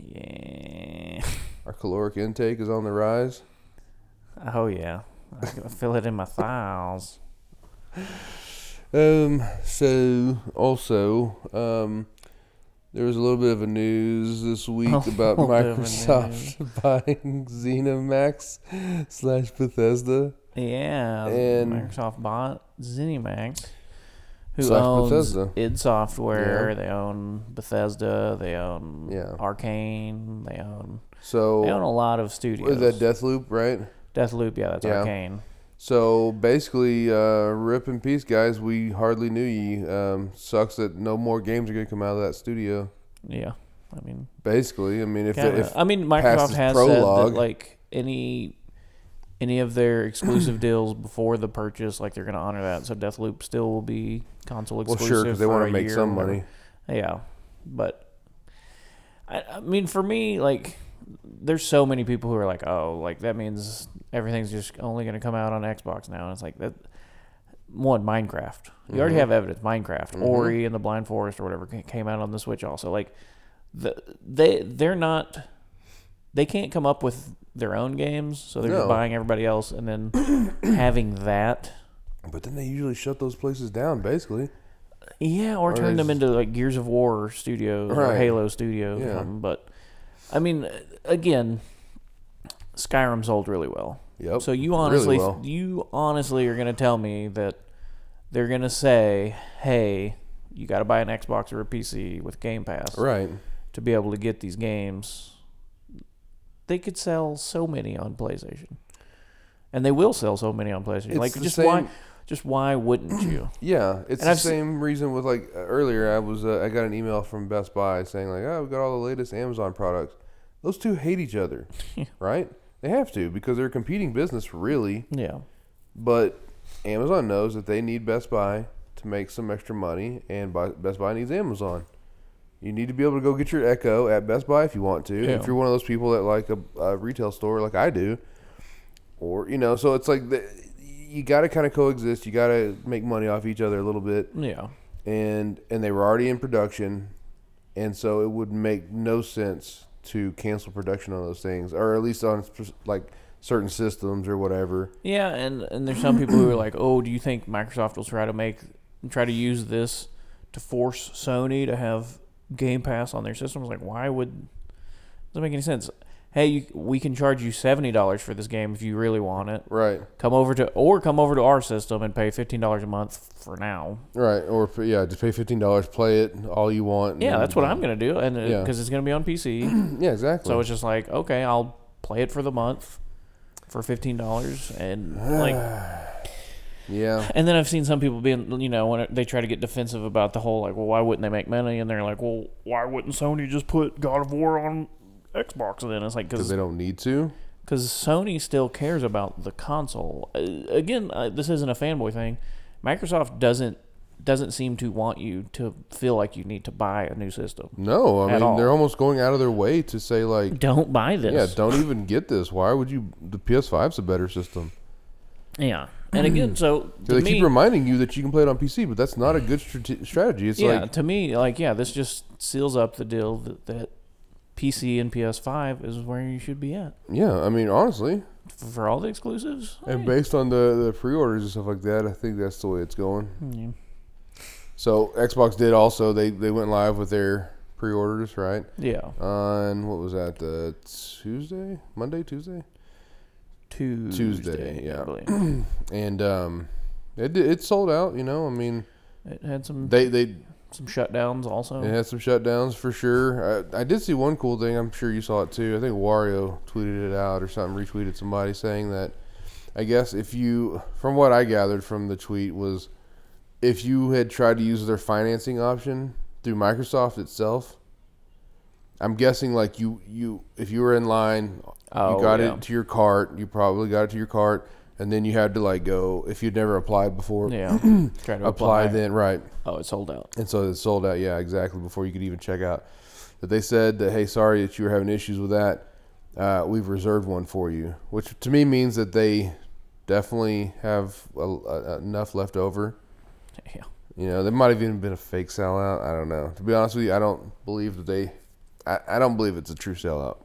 S2: Yeah.
S1: Our caloric intake is on the rise.
S2: Oh yeah. I can feel it in my thighs.
S1: Um, so also, um, there was a little bit of a news this week about
S2: little bit of a
S1: Microsoft buying ZeniMax slash Bethesda.
S2: Yeah.
S1: And-
S2: Microsoft bought ZeniMax, who
S1: Slash
S2: owns
S1: Bethesda.
S2: id Software.
S1: Yeah.
S2: They own Bethesda. They own
S1: Yeah.
S2: Arcane. They own
S1: So
S2: They own a lot of
S1: What
S2: studios.
S1: is that Deathloop, right?
S2: Deathloop, yeah, that's
S1: Yeah.
S2: Arcane.
S1: So basically, uh, rip in peace, guys. We hardly knew ye. Um, sucks that no more games are gonna come out of that studio.
S2: Yeah, I mean,
S1: Basically, I mean, if,
S2: kinda.
S1: if
S2: I mean,
S1: past
S2: Microsoft
S1: is
S2: has said
S1: prologue-
S2: that like any any of their exclusive deals before the purchase, like they're going to honor that. So Deathloop still will be console
S1: well,
S2: exclusive.
S1: sure, because they
S2: for
S1: want
S2: a
S1: to make
S2: year or
S1: some
S2: whatever.
S1: money.
S2: Yeah, but I, I mean, for me, like, there's so many people who are like, "Oh, like that means everything's just only going to come out on Xbox now." And it's like that. One Minecraft. You already have evidence. Minecraft, Ori, and the Blind Forest, or whatever ca- came out on the Switch. Also, like, the, they they're not. They can't come up with their own games, so they're
S1: No.
S2: just buying everybody else and then having that.
S1: But then they usually shut those places down, basically.
S2: Yeah, or,
S1: Or
S2: turn
S1: they
S2: them
S1: just-
S2: into like Gears of War Studios or
S1: Right.
S2: Halo Studios. Or
S1: Yeah.
S2: something. But I mean, again, Skyrim sold really well.
S1: Yep.
S2: So you honestly,
S1: well.
S2: you honestly are going to tell me that they're going to say, "Hey, you got to buy an Xbox or a PC with Game Pass
S1: right?
S2: to be able to get these games." They could sell so many on PlayStation, and they will sell so many on PlayStation.
S1: It's
S2: like
S1: the
S2: just
S1: same-
S2: why, just why wouldn't you?
S1: Yeah, it's
S2: And
S1: the
S2: I've se-
S1: same reason with like uh, earlier. I was uh, I got an email from Best Buy saying like, "Oh, we got all the latest Amazon products." Those two hate each other, right? They have to because they're a competing business, really.
S2: yeah.
S1: But Amazon knows that they need Best Buy to make some extra money, and Buy- Best Buy needs Amazon. You need to be able to go get your Echo at Best Buy if you want to.
S2: Yeah.
S1: If you're one of those people that like a, a retail store like I do, or you know, so it's like the, you got to kind of coexist. You got to make money off each other a little bit,
S2: Yeah.
S1: and and they were already in production, and so it would make no sense to cancel production on those things, or at least on sp- like certain systems or whatever.
S2: Yeah, and and there's some people who are like, "Oh, do you think Microsoft will try to make try to use this to force Sony to have Game Pass on their systems?" Like, why would doesn't make any sense? Hey, you, we can charge you seventy dollars for this game if you really want it.
S1: Right.
S2: Come over to or come over to our system and pay fifteen dollars a month for now.
S1: Right, or f- yeah, just pay fifteen dollars, play it all you want.
S2: Yeah,
S1: and-
S2: that's what I'm gonna do, and
S1: Yeah.
S2: because it's gonna be on PC,
S1: Yeah, exactly.
S2: so it's just like, okay, I'll play it for the month for fifteen dollars, and like
S1: yeah,
S2: And then I've seen some people being, you know, when it- they try to get defensive about the whole, like, well, why wouldn't they make money? And they're like, well, why wouldn't Sony just put God of War on Xbox? And then it's like,
S1: because they don't need to.
S2: because Sony still cares about the console. Uh, again, uh, this isn't a fanboy thing. Microsoft doesn't doesn't seem to want you to feel like you need to buy a new system.
S1: No, I
S2: At
S1: mean
S2: all.
S1: they're almost going out of their way to say like,
S2: Don't buy this.
S1: yeah, don't even get this. Why would you? The PS5's a better system.
S2: Yeah. And again, so to
S1: 'Cause They
S2: me,
S1: keep reminding you that you can play it on PC, but that's not a good strate- strategy. It's
S2: yeah,
S1: like
S2: to me, like, yeah, this just seals up the deal that, that PC and PS5 is where you should be at.
S1: yeah, I mean honestly,
S2: for all the exclusives.
S1: and based on the the pre-orders and stuff like that, I think that's the way it's going.
S2: Yeah.
S1: So Xbox did also they they went live with their pre-orders, right?
S2: yeah,
S1: on what was that the Tuesday, Monday, Tuesday,
S2: Tuesday.
S1: yeah.
S2: I believe.
S1: and um, it di- it sold out. You know, I mean,
S2: it had some
S1: they they
S2: some shutdowns also.
S1: it had some shutdowns for sure. I, I did see one cool thing. I'm sure you saw it too. I think Wario tweeted it out or something, retweeted somebody saying that. I guess if you, from what I gathered from the tweet was, if you had tried to use their financing option through Microsoft itself. I'm guessing like you you if you were in line
S2: Oh,
S1: you got
S2: yeah.
S1: it to your cart. You probably got it to your cart, and then you had to like go if you'd never applied before.
S2: Yeah, try to
S1: Apply
S2: apply.
S1: then, right?
S2: Oh, it sold out.
S1: And so it sold out. Yeah, exactly. Before you could even check out, that they said that hey, sorry that you were having issues with that. Uh, we've reserved one for you, which to me means that they definitely have a, a, enough left over.
S2: Yeah,
S1: You know, there might have even been a fake sellout. I don't know. To be honest with you, I don't believe that they. I, I don't believe it's a true sellout.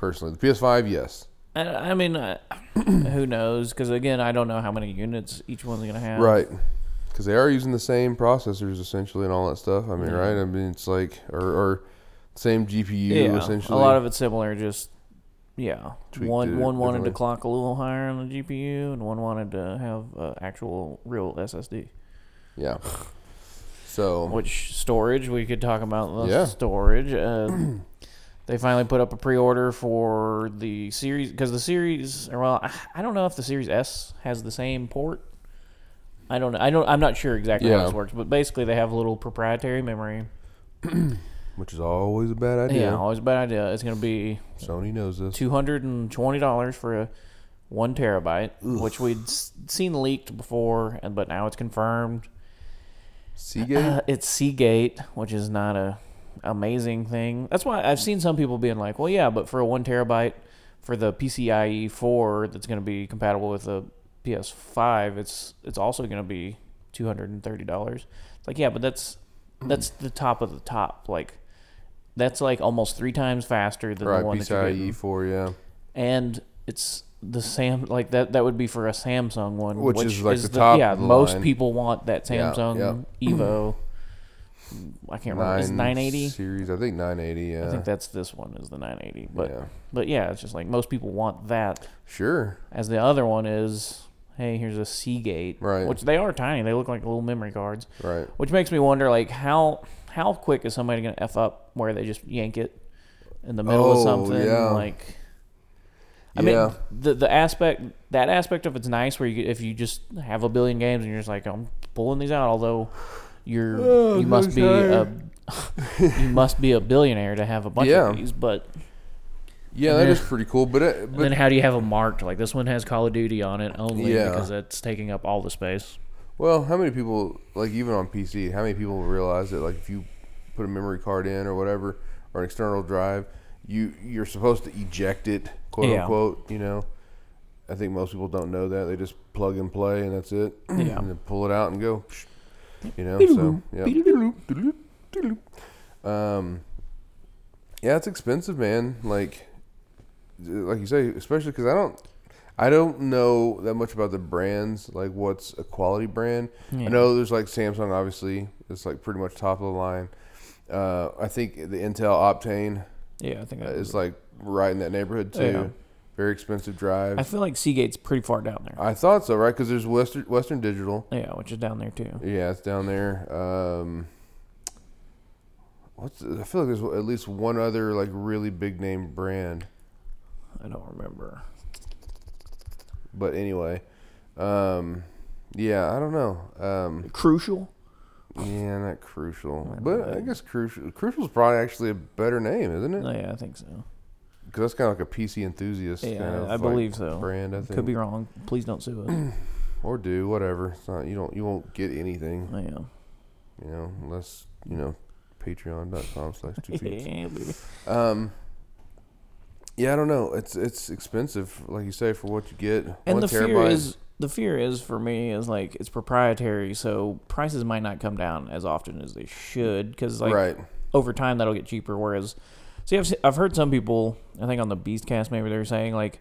S1: Personally, the PS5, yes,
S2: I, I mean, I, who knows? Because again, I don't know how many units each one's gonna have.
S1: Right. Because they are using the same processors essentially and all that stuff. I mean, right? I mean, it's like, or, or same GPU
S2: Yeah,
S1: essentially.
S2: a lot of it's similar. Just yeah,
S1: Tweaked
S2: one
S1: it
S2: one wanted to
S1: differently.
S2: clock a little higher on the GPU, and one wanted to have uh, actual real SSD.
S1: Yeah. So,
S2: Which storage we could talk about? less
S1: Yeah.
S2: storage. Uh, They finally put up a pre-order for the series because the series, or well, I- I don't know if the Series S has the same port. I don't know. I don't. I'm not sure exactly how
S1: Yeah.
S2: this works, but basically they have a little proprietary memory.
S1: which is always a bad
S2: Yeah,
S1: idea.
S2: always a bad idea. It's going to be
S1: Sony knows this.
S2: two hundred and twenty dollars for a one terabyte, which we'd s- seen leaked before, and but now it's confirmed.
S1: Seagate.
S2: Uh, it's Seagate, which is not a amazing thing. That's why I've seen some people being like, "Well, yeah, but for a one terabyte for the PCIe E four that's going to be compatible with the PS five, it's it's also going to be two hundred and thirty dollars." It's like, yeah, but that's
S1: Hmm.
S2: that's the top of the top. Like, that's like almost three times faster than
S1: right,
S2: the one that you're getting.
S1: PCIe E four. Yeah,
S2: and it's the Sam like that that would be for a Samsung one,
S1: Which is, like, the top
S2: Yeah,
S1: of the
S2: most
S1: line.
S2: people want that
S1: Yeah,
S2: Samsung Evo. I can't remember. It's nine eighty.
S1: series. I think nine eighty. Yeah,
S2: I think that's this one is the nine eighty. But
S1: Yeah.
S2: but yeah, it's just like most people want that.
S1: sure.
S2: As the other one is, hey, here's a Seagate,
S1: Right.
S2: Which they are tiny. They look like little memory cards,
S1: Right.
S2: which makes me wonder like how how quick is somebody gonna f up where they just yank it in the middle
S1: Oh,
S2: of something
S1: yeah.
S2: like. I
S1: yeah.
S2: mean, the the aspect that aspect of it's nice where you if you just have a billion games and you're just like I'm pulling these out, although you're
S1: Oh,
S2: you
S1: I'm
S2: must
S1: so
S2: be a you must be a billionaire to have a bunch
S1: Yeah.
S2: of these, but,
S1: yeah,
S2: and
S1: that
S2: then-
S1: is pretty cool. But it, but
S2: then how do you have them marked? Like this one has Call of Duty on it only
S1: Yeah.
S2: because it's taking up all the space.
S1: well, how many people like even on PC? How many people realize that like if you put a memory card in or whatever or an external drive, you you're supposed to eject it, quote
S2: Yeah.
S1: unquote. You know, I think most people don't know that. They just plug and play and that's it.
S2: Yeah.
S1: and then pull it out and go. psh, You know, so yeah. Um, yeah, it's expensive, man. Like, like you say, especially because I don't, I don't know that much about the brands. Like, what's a quality brand?
S2: Yeah.
S1: I know there's like Samsung, obviously. It's like pretty much top of the line. Uh, I think the Intel Optane
S2: Yeah, I think
S1: is like right in that neighborhood too.
S2: Yeah.
S1: Very expensive drives. I
S2: I feel like Seagate's pretty far down there.
S1: thought so, right? Because there's Western Western Digital.
S2: Yeah, which is down there too.
S1: Yeah, it's down there. Um, what's I feel like there's at least one other like really big name brand,
S2: I don't remember.
S1: but anyway, um, yeah, I don't know. Um,
S2: Crucial.
S1: yeah, not crucial,
S2: Not
S1: but I
S2: bad.
S1: guess crucial. Crucial's probably actually a better name, isn't it?
S2: yeah, I think so.
S1: Because that's kind of like a PC enthusiast.
S2: Yeah,
S1: kind of,
S2: I
S1: like,
S2: believe so.
S1: Brand, I think,
S2: Could be wrong. Please don't sue us.
S1: or do whatever. It's not you don't you won't get anything,
S2: yeah.
S1: you know, unless you know patreon.com slash two feet.
S2: Yeah, baby.
S1: Um, yeah, I don't know. It's it's expensive, like you say, for what you get.
S2: and the fear is the fear is for me is like it's proprietary so prices might not come down as often as they should because like
S1: right.
S2: over time that'll get cheaper whereas see I've, se- I've heard some people i think on the beastcast maybe they were saying like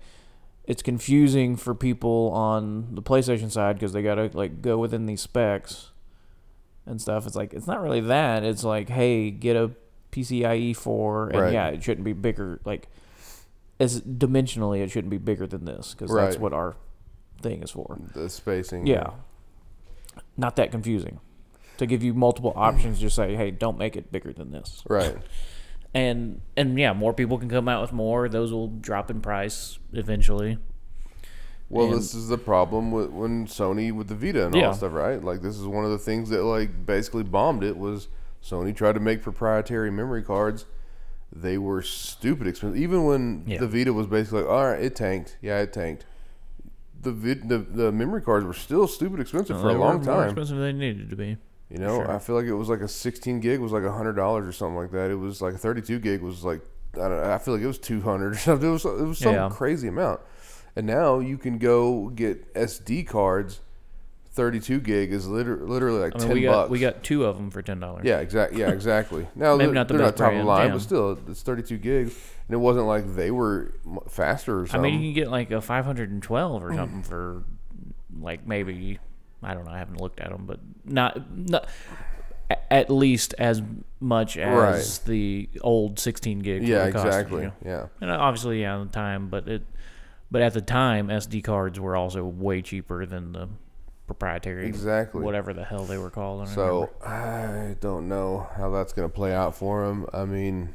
S2: it's confusing for people on the playstation side because they gotta like go within these specs and stuff it's like it's not really that it's like hey get a pcie 4 E and
S1: Right.
S2: yeah it shouldn't be bigger like as dimensionally it shouldn't be bigger than this because that's
S1: Right. Mm-hmm.
S2: what our thing is for
S1: The spacing.
S2: yeah not that confusing to give you multiple options just say hey don't make it bigger than this
S1: Mm. Right.
S2: and and yeah more people can come out with more those will drop in price eventually
S1: Well,
S2: And-
S1: this is the problem with when Sony with the Vita and all
S2: Yeah.
S1: that stuff, right? Like this is one of the things that like basically bombed it was Sony tried to make proprietary memory cards. They were stupid expensive. Even when
S2: Yeah.
S1: the Vita was basically like, all right, it tanked. Yeah, it tanked. The, vid, the the memory cards were still stupid expensive for a long
S2: more
S1: time.
S2: expensive than they needed to be
S1: You know,
S2: sure.
S1: I feel like it was like a 16 gig was like hundred dollars or something like that. It was like 32 gig was like I don't. I feel like it was 200 or something. It was it was some
S2: Yeah.
S1: crazy amount. And now you can go get SD cards. 32 gig is liter- literally like
S2: i mean
S1: 10
S2: we got
S1: bucks.
S2: we got two of them for ten dollars
S1: yeah, exactly. Yeah, exactly. Now
S2: Maybe
S1: they're
S2: not
S1: not,
S2: the
S1: they're not
S2: best
S1: top of
S2: brand,
S1: the line,
S2: yeah.
S1: but still, it's 32 gigs, and it wasn't like they were m- faster or
S2: i
S1: something.
S2: mean you can get like a 512 or something for like maybe i don't know i haven't looked at them but not not a- at least as much as the old 16 gig
S1: yeah,
S2: would cost, you
S1: exactly.
S2: know?
S1: Yeah,
S2: And obviously, yeah, on the time, but it, but at the time, SD cards were also way cheaper than the proprietary,
S1: exactly.
S2: whatever the hell they were called. I don't
S1: So
S2: remember.
S1: I don't know how that's going to play out for him. I mean,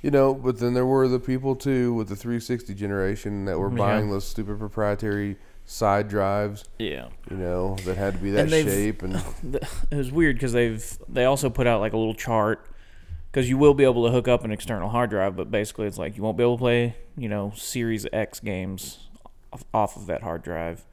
S1: You know, but then there were the people too with the 360 generation that were
S2: Mm-hmm. Yeah.
S1: buying those stupid proprietary side drives.
S2: Yeah.
S1: You know, that had to be
S2: And
S1: that
S2: they've-
S1: shape and
S2: The- It was weird because they've they also put out like a little chart because you will be able to hook up an external hard drive, but basically it's like you won't be able to play you know Series X games off, off of that hard drive,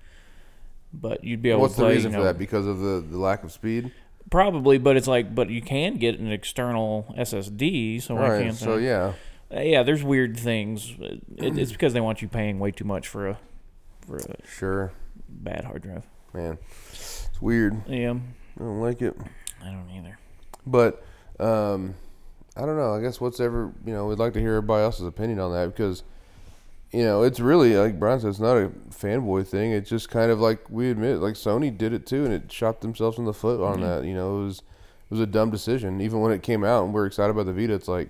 S2: but you'd be able
S1: what's
S2: to play.
S1: the reason
S2: you
S1: for
S2: know,
S1: that? Because of the, the lack of speed,
S2: Probably, but it's like, but you can get an external SSD, so why
S1: right?
S2: can't
S1: So
S2: they?
S1: yeah,
S2: Uh, yeah, there's weird things. It, it's because they want you paying way too much for a for a
S1: sure,
S2: bad hard drive.
S1: man, it's weird.
S2: Yeah,
S1: I don't like it.
S2: I don't either.
S1: But um, I don't know. I guess what's ever you know, we'd like to hear everybody else's opinion on that because you know it's really like Brian said, it's not a fanboy thing. It's just kind of like we admit, like Sony did it too, and it shot themselves in the foot on that. You know, it was it was a dumb decision. Even when it came out, and we are excited about the Vita, it's like.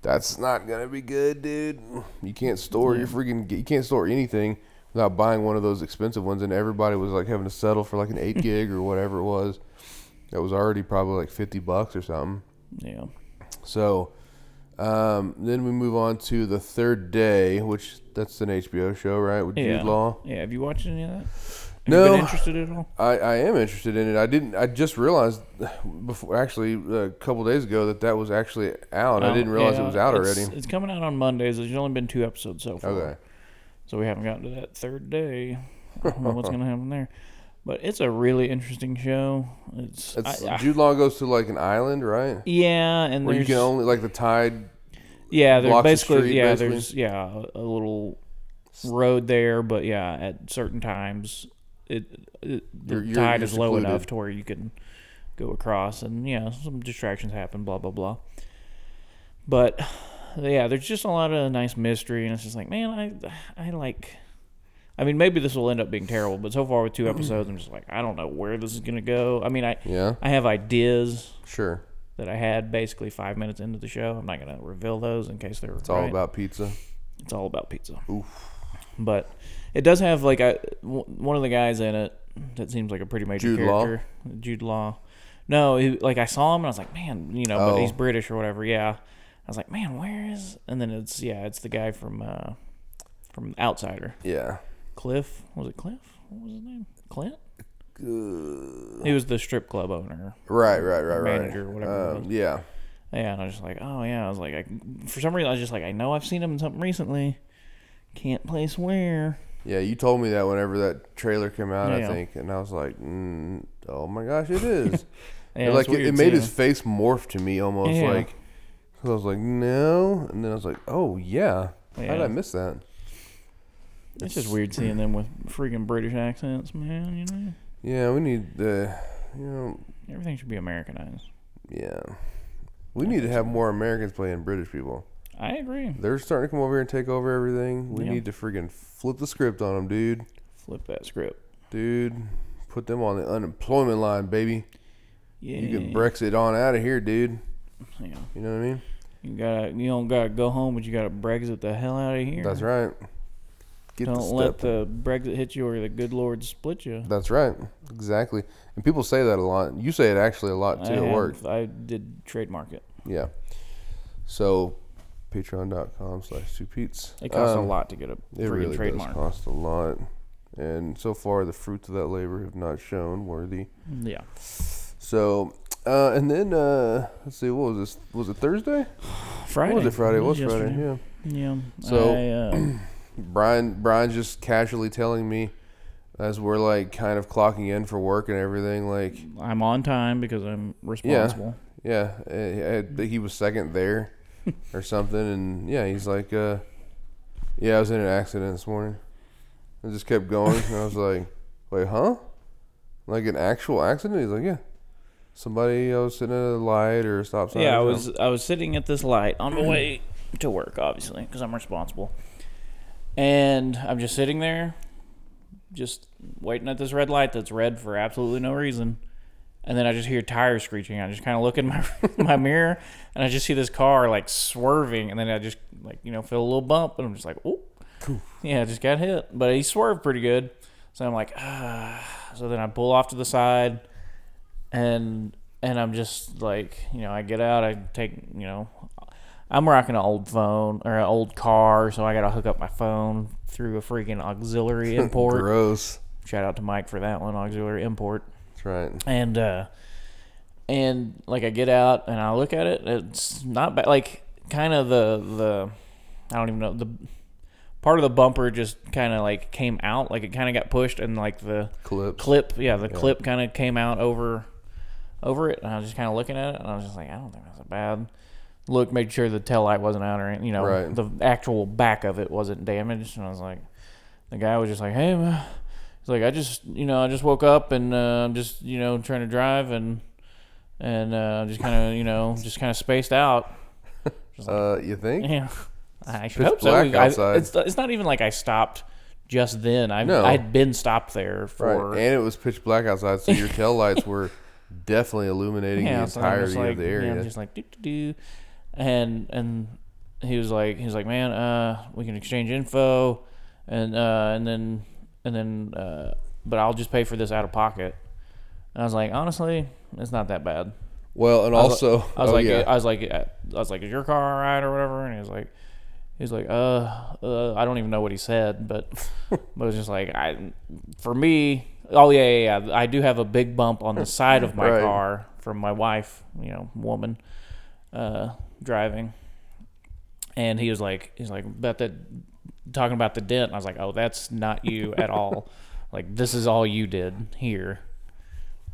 S1: That's not gonna be good, dude. You can't store your freaking. You can't store anything without buying one of those expensive ones, and everybody was like having to settle for like an eight gig or whatever it was. That was already probably like fifty bucks or something.
S2: Yeah,
S1: So um, then we move on to the third day, which that's an HBO show, right? With
S2: yeah,
S1: Jude Law.
S2: yeah. Have you watched any of that? Have
S1: No.
S2: you been interested at all?
S1: I, I am interested in it. I didn't. I just realized before, actually, a couple days ago that that was actually out. I
S2: Um,
S1: didn't realize
S2: yeah,
S1: it was out
S2: it's-
S1: already.
S2: It's coming out on Mondays. There's only been two episodes so far,
S1: Okay.
S2: so we haven't gotten to that third day. I don't know what's gonna happen there, but it's a really interesting show. It's,
S1: It's,
S2: I- I-
S1: Jude Law goes to like an island, right?
S2: yeah, and
S1: Where you
S2: there's
S1: can only like the tide.
S2: Yeah, there's
S1: blocks the
S2: basically
S1: street,
S2: yeah,
S1: basically.
S2: there's yeah, a a little road there, but yeah, at certain times it, it the
S1: You're- you're-
S2: tide
S1: you're
S2: is low
S1: secluded.
S2: enough to where you can go across and yeah, some distractions happen, blah blah blah. But yeah, there's just a lot of nice mystery and it's just like, man, I I like I mean, maybe this will end up being terrible, but so far with two episodes, I'm just like, I don't know where this is gonna go. I mean, I
S1: Yeah,
S2: I have ideas
S1: sure.
S2: that I had basically five minutes into the show. I'm not gonna reveal those in case they're
S1: It's all about pizza.
S2: it's all about pizza. But it does have like I w- one of the guys in it that seems like a pretty major
S1: Jude Law?
S2: character. Jude Law. No, he, like I saw him and I was like, man, you know,
S1: Oh.
S2: but he's British or whatever. Yeah, I was like, man, where is? And then it's yeah, it's the guy from uh, from Outsider.
S1: Yeah.
S2: Cliff was it Cliff? What was his name? Clint. He was the strip club owner.
S1: Right, right, right, right.
S2: Manager, whatever it
S1: Um,
S2: was.
S1: yeah.
S2: Yeah, and I was just like, oh yeah, I was like, I, for some reason, I was just like, I know I've seen him in something recently. Can't place where.
S1: Yeah, you told me that whenever that trailer came out, I
S2: Yeah.
S1: think, and I was like, mm, "Oh my gosh, it is!"
S2: Yeah,
S1: like
S2: it's
S1: it, it
S2: weird
S1: made
S2: seeing
S1: his
S2: him.
S1: face morph to me almost
S2: Yeah.
S1: like. Cause I was like, "No," and then I was like, "Oh yeah, how did
S2: Yeah.
S1: I miss that?"
S2: It's just weird seeing them with freaking British accents, man. You know,
S1: Yeah, we need the, you know,
S2: everything should be Americanized.
S1: yeah, we need to have more Americans playing British people.
S2: I agree.
S1: They're starting to come over here and take over everything. We
S2: Yeah.
S1: need to freaking flip the script on them, dude.
S2: Flip that script.
S1: Dude, put them on the unemployment line, baby.
S2: Yeah,
S1: You can Brexit on out of here, dude.
S2: Yeah.
S1: You know what I mean?
S2: You gotta, you don't gotta go home, but you gotta Brexit the hell out of here.
S1: That's right. Get
S2: Don't
S1: the step.
S2: let the Brexit hit you or the good Lord split you.
S1: That's right. Exactly. And people say that a lot. You say it actually a lot too
S2: I
S1: at
S2: have-
S1: work.
S2: I did trademark it.
S1: Yeah. So patreon.com slash two peats.
S2: It costs
S1: Um,
S2: a lot to get a
S1: It
S2: freaking
S1: really
S2: trademark.
S1: does cost a lot. And so far the fruits of that labor have not shown worthy.
S2: Yeah.
S1: So uh, and then uh, let's see, what was this was it Thursday?
S2: Friday.
S1: What was it Friday? It was
S2: yesterday.
S1: Friday, yeah.
S2: Yeah.
S1: So-
S2: I, uh,
S1: Brian Brian's just casually telling me as we're like kind of clocking in for work and everything, like
S2: uh, I'm on time because I'm responsible.
S1: Yeah, I, I think he was second there or something, and yeah, he's like, uh, yeah, I was in an accident this morning. I just kept going, and I was like, wait, huh? Like an actual accident? He's like, yeah. Somebody, I was sitting at a light or a stop sign.
S2: yeah, I
S1: or
S2: was I was sitting at this light on my way to work, obviously, because I'm responsible. And I'm just sitting there, just waiting at this red light that's red for absolutely no reason. And then I just hear tires screeching. I just kind of look in my my mirror, and I just see this car like swerving. And then I just like you know feel a little bump, and I'm just like, oh, yeah, I just got hit. But he swerved pretty good, so I'm like, ah. So then I pull off to the side, and and I'm just like, you know, I get out, I take, you know, I'm rocking an old phone or an old car, so I got to hook up my phone through a freaking auxiliary import.
S1: Gross.
S2: Shout out to Mike for that one, auxiliary import.
S1: That's right.
S2: And uh and like I get out and I look at it, it's not bad. Like kind of the the I don't even know the part of the bumper just kind of like came out, like it kind of got pushed and like the
S1: Clips.
S2: clip, yeah, the clip kind of came out over over it, and I was just kind of looking at it, and I was just like, I don't think that's a bad look. Made sure the tail light wasn't out or anything, you know,
S1: Right.
S2: the actual back of it wasn't damaged, and I was like, the guy was just like, hey, man. he's like, I just, you know, I just woke up and uh, I'm just, you know, trying to drive and and uh, just kind of, you know, just kind of spaced out.
S1: Uh, you think?
S2: Yeah, I should
S1: pitch
S2: hope so.
S1: black
S2: I-
S1: outside.
S2: it's, it's not even like I stopped just then. I
S1: No.
S2: I had been stopped there for
S1: Right. And it was pitch black outside, so your tail lights were definitely illuminating the
S2: so I'm
S1: entirety of
S2: just like-
S1: the
S2: yeah, I'm
S1: area.
S2: just like doo doo doo, and and he was like he was like, man, uh, we can exchange info, and uh, and then and then, uh, but I'll just pay for this out of pocket. And I was like, honestly, it's not that bad.
S1: well, and
S2: I was
S1: also,
S2: like- I was
S1: oh,
S2: like,
S1: yeah.
S2: I was like, I was like, is your car all right or whatever? And he was like, he's like, uh, uh, I don't even know what he said, but but it was just like, I, for me, oh yeah, yeah, yeah, I do have a big bump on the side of my
S1: Right.
S2: car from my wife, you know, woman, uh, driving, and he was like, he's like, about that, talking about the dent. And I was like, oh, that's not you at all. Like this is all you did here.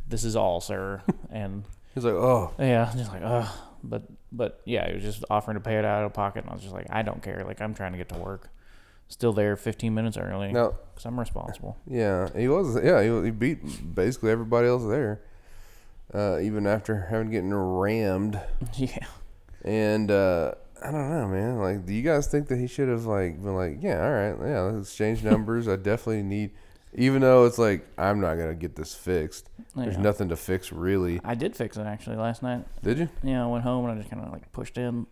S2: This is all, sir, and.
S1: He's like, oh,
S2: Yeah, just like ugh. But but yeah, it was just offering to pay it out of pocket, and I was just like, I don't care. Like I'm trying to get to work. Still there, 15 minutes early.
S1: no,
S2: because I'm responsible.
S1: yeah, he was, yeah, he, he beat basically everybody else there, uh, even after having getting rammed.
S2: yeah.
S1: And uh, I don't know, man. Like, do you guys think that he should have like been like, yeah, all right, yeah, let's exchange numbers. I definitely need, even though it's like I'm not gonna get this fixed. There's
S2: Yeah.
S1: nothing to fix really.
S2: I did fix it actually last night.
S1: Did you?
S2: Yeah, I went home and I just kind of like pushed in,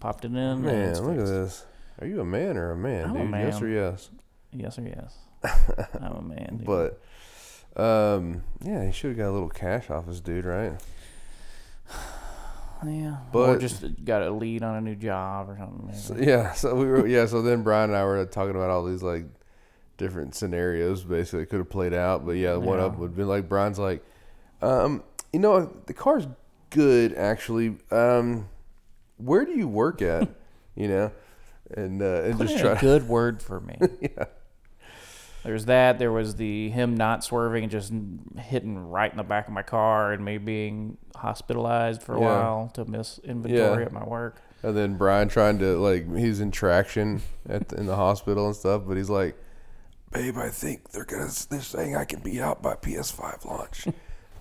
S2: popped it in. and
S1: Man,
S2: it's
S1: look at
S2: fixed.
S1: this. Are you a man or a man,
S2: I'm a
S1: dude? Yes
S2: man.
S1: or yes.
S2: Yes or yes. I'm a man. Dude.
S1: But um, yeah, he should have got a little cash off his dude, right?
S2: yeah, or
S1: but-
S2: just got a lead on a new job or something. maybe.
S1: So, yeah. So we were yeah. So then Brian and I were talking about all these like different scenarios basically could have played out. But yeah, one
S2: Yeah.
S1: up would be like Brian's like, um, you know, the car's good actually. Um, where do you work at? you know, and uh, and
S2: Put
S1: just
S2: in
S1: try
S2: a
S1: to
S2: good word for me. yeah. There's that. There was the him not swerving and just hitting right in the back of my car, and me being hospitalized for a
S1: Yeah.
S2: while to miss inventory at my work.
S1: And then Brian trying to like he's in traction at the, in the hospital and stuff, but he's like, "Babe, I think they're gonna they're saying I can be out by PS5 launch."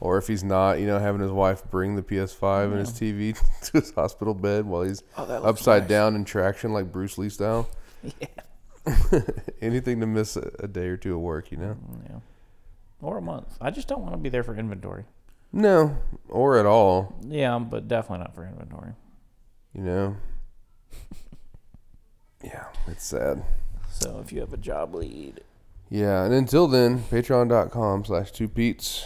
S1: or if he's not, you know, having his wife bring the PS5 and his TV to his hospital bed while he's
S2: Oh, that looks
S1: upside
S2: nice.
S1: down in traction like Bruce Lee style. Anything to miss a, a day or two of work, you know?
S2: Mm, Yeah. Or a month. I just don't want to be there for inventory.
S1: No, or at all,
S2: Yeah, but definitely not for inventory.
S1: you know. yeah, it's sad.
S2: So if you have a job lead,
S1: Yeah, and until then, patreon.com slash two peats.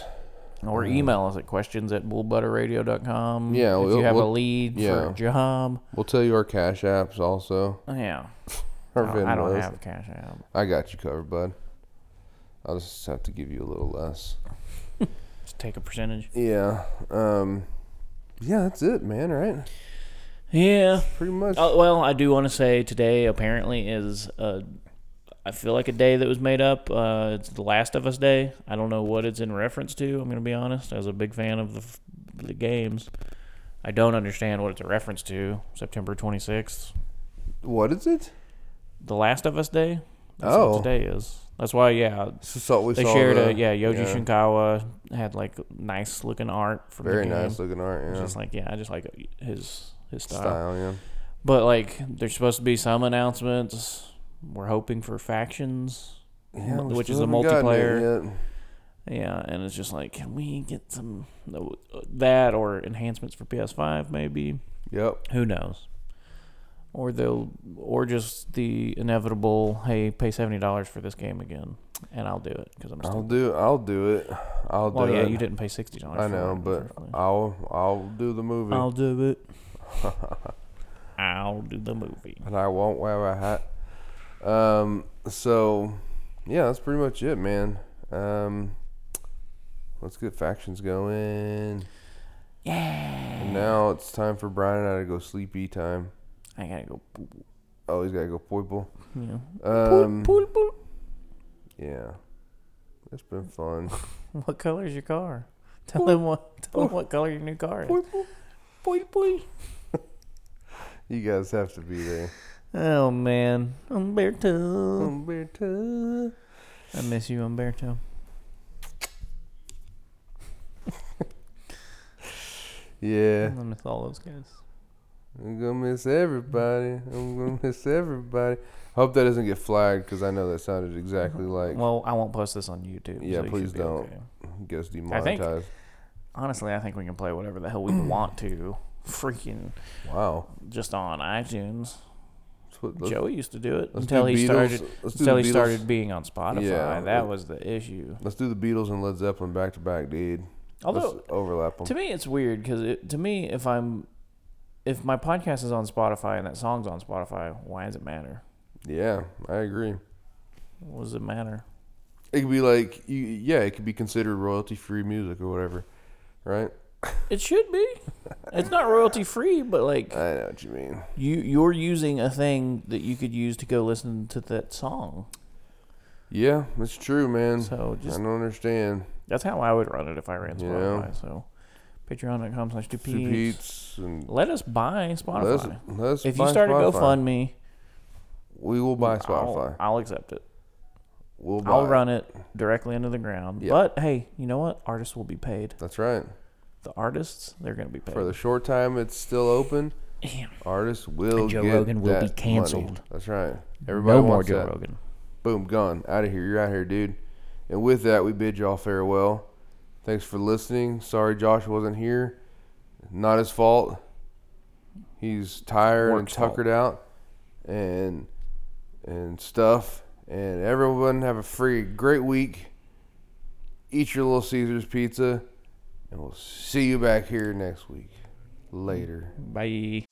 S2: or email us at questions at bullbutterradio.com.
S1: Yeah,
S2: if
S1: we'll-
S2: you have a
S1: we'll-
S2: lead for
S1: yeah.
S2: a job.
S1: We'll tell you our cash apps also.
S2: Oh, Yeah,
S1: Our
S2: I don't- I don't
S1: Venmos.
S2: have cash out.
S1: I got you covered, bud. I'll just have to give you a little less.
S2: Just take a percentage.
S1: Yeah. Um Yeah, that's it, man, right?
S2: Yeah.
S1: Pretty much.
S2: Oh, well, I do want to say today apparently is uh, I feel like a day that was made up. Uh, it's the Last of Us Day. I don't know what it's in reference to. I'm going to be honest. As a big fan of the f- the games, I don't understand what it's a reference to. September 26th,
S1: What is it?
S2: the Last of Us Day. That's
S1: Oh.
S2: what today is. That's why. Yeah,
S1: So, so we
S2: they
S1: saw
S2: shared
S1: the,
S2: a yeah. Yoji
S1: yeah,
S2: Shinkawa had like nice looking art from
S1: Very
S2: the game.
S1: nice looking art,
S2: It's
S1: yeah.
S2: Just like yeah, I just like his his style.
S1: Style, yeah.
S2: But like, there's supposed to be some announcements. We're hoping for factions,
S1: Yeah, we
S2: which is
S1: still
S2: a
S1: haven't gotten it
S2: multiplayer.
S1: yet.
S2: Yeah, and it's just like, can we get some no, that or enhancements for PS5? Maybe
S1: Yep.
S2: who knows? Or they'll, or just the inevitable. Hey, pay seventy dollars for this game again, and I'll do it because I'm
S1: I'll
S2: still.
S1: do I'll do it. I'll
S2: Well,
S1: do
S2: yeah,
S1: it.
S2: you didn't pay sixty dollars.
S1: I know, but I'll I'll do the movie.
S2: I'll do it. I'll do the movie.
S1: and I won't wear a hat. Um, so, yeah, that's pretty much it, man. Um, let's get factions going. Yeah. And now it's time for Brian and I to go sleepy time.
S2: I gotta go. Poop,
S1: Oh, he's got to go poiple.
S2: you know.
S1: Um,
S2: Poop, poop, poop.
S1: yeah. It's been fun.
S2: What color is your car? Tell him what. Tell him what color your new car is. Boy, boy.
S1: You guys have to be there.
S2: Oh man, Umberto.
S1: Umberto.
S2: I miss you, Umberto.
S1: Yeah.
S2: I miss all those guys.
S1: I'm gonna miss everybody. I'm gonna miss everybody. Hope that doesn't get flagged because I know that sounded exactly like
S2: Mm-hmm. Well, I won't post this on YouTube.
S1: Yeah,
S2: so you
S1: please
S2: should be
S1: don't.
S2: okay.
S1: gets
S2: think-
S1: demonetized.
S2: Honestly, I think we can play whatever the hell we want to. Freaking
S1: Wow.
S2: just on iTunes.
S1: That's what- let's-
S2: Joey used to do it
S1: let's
S2: until
S1: do
S2: he
S1: Beatles-
S2: started
S1: Let's do
S2: until
S1: the
S2: he
S1: Beatles.
S2: started being on Spotify.
S1: Yeah.
S2: that was the issue.
S1: Let's do the Beatles and Led Zeppelin back to back, dude.
S2: Although
S1: let's overlap them.
S2: to me it's weird because it, to me if I'm if my podcast is on Spotify and that song's on Spotify, why does it matter?
S1: yeah, I agree.
S2: What does it matter?
S1: It could be like, you, yeah, it could be considered royalty free music or whatever, right?
S2: It should be. It's not royalty free, but like
S1: I know what you mean.
S2: you you're using a thing that you could use to go listen to that song.
S1: Yeah, that's true, man.
S2: So
S1: I
S2: just
S1: don't understand.
S2: that's how I would run it if I ran
S1: Yeah.
S2: Spotify. So patreon.com slash
S1: Two
S2: dupeats.
S1: Pete's and
S2: Let us buy
S1: let's,
S2: Spotify.
S1: let's
S2: If
S1: buy
S2: you start a
S1: Spotify.
S2: GoFundMe,
S1: we will buy
S2: I'll,
S1: Spotify.
S2: I'll accept it.
S1: we'll buy.
S2: I'll
S1: it.
S2: run it directly into the ground.
S1: Yeah.
S2: But hey, you know what? Artists will be paid.
S1: That's right.
S2: The artists, they're going to be paid.
S1: For the short time it's still open,
S2: Damn.
S1: artists will
S2: And Joe
S1: get
S2: Rogan will be
S1: that money.
S2: canceled.
S1: That's right. Everybody
S2: No more
S1: wants
S2: Joe
S1: that.
S2: Rogan.
S1: Boom, gone. Out of here. You're out of here, dude. And with that, we bid y'all farewell. Thanks for listening. Sorry Josh wasn't here. Not his fault. He's tired and
S2: Work's fault.
S1: tuckered out and and stuff. And everyone have a free great week. Eat your little Caesars pizza. And we'll see you back here next week. Later.
S2: Bye.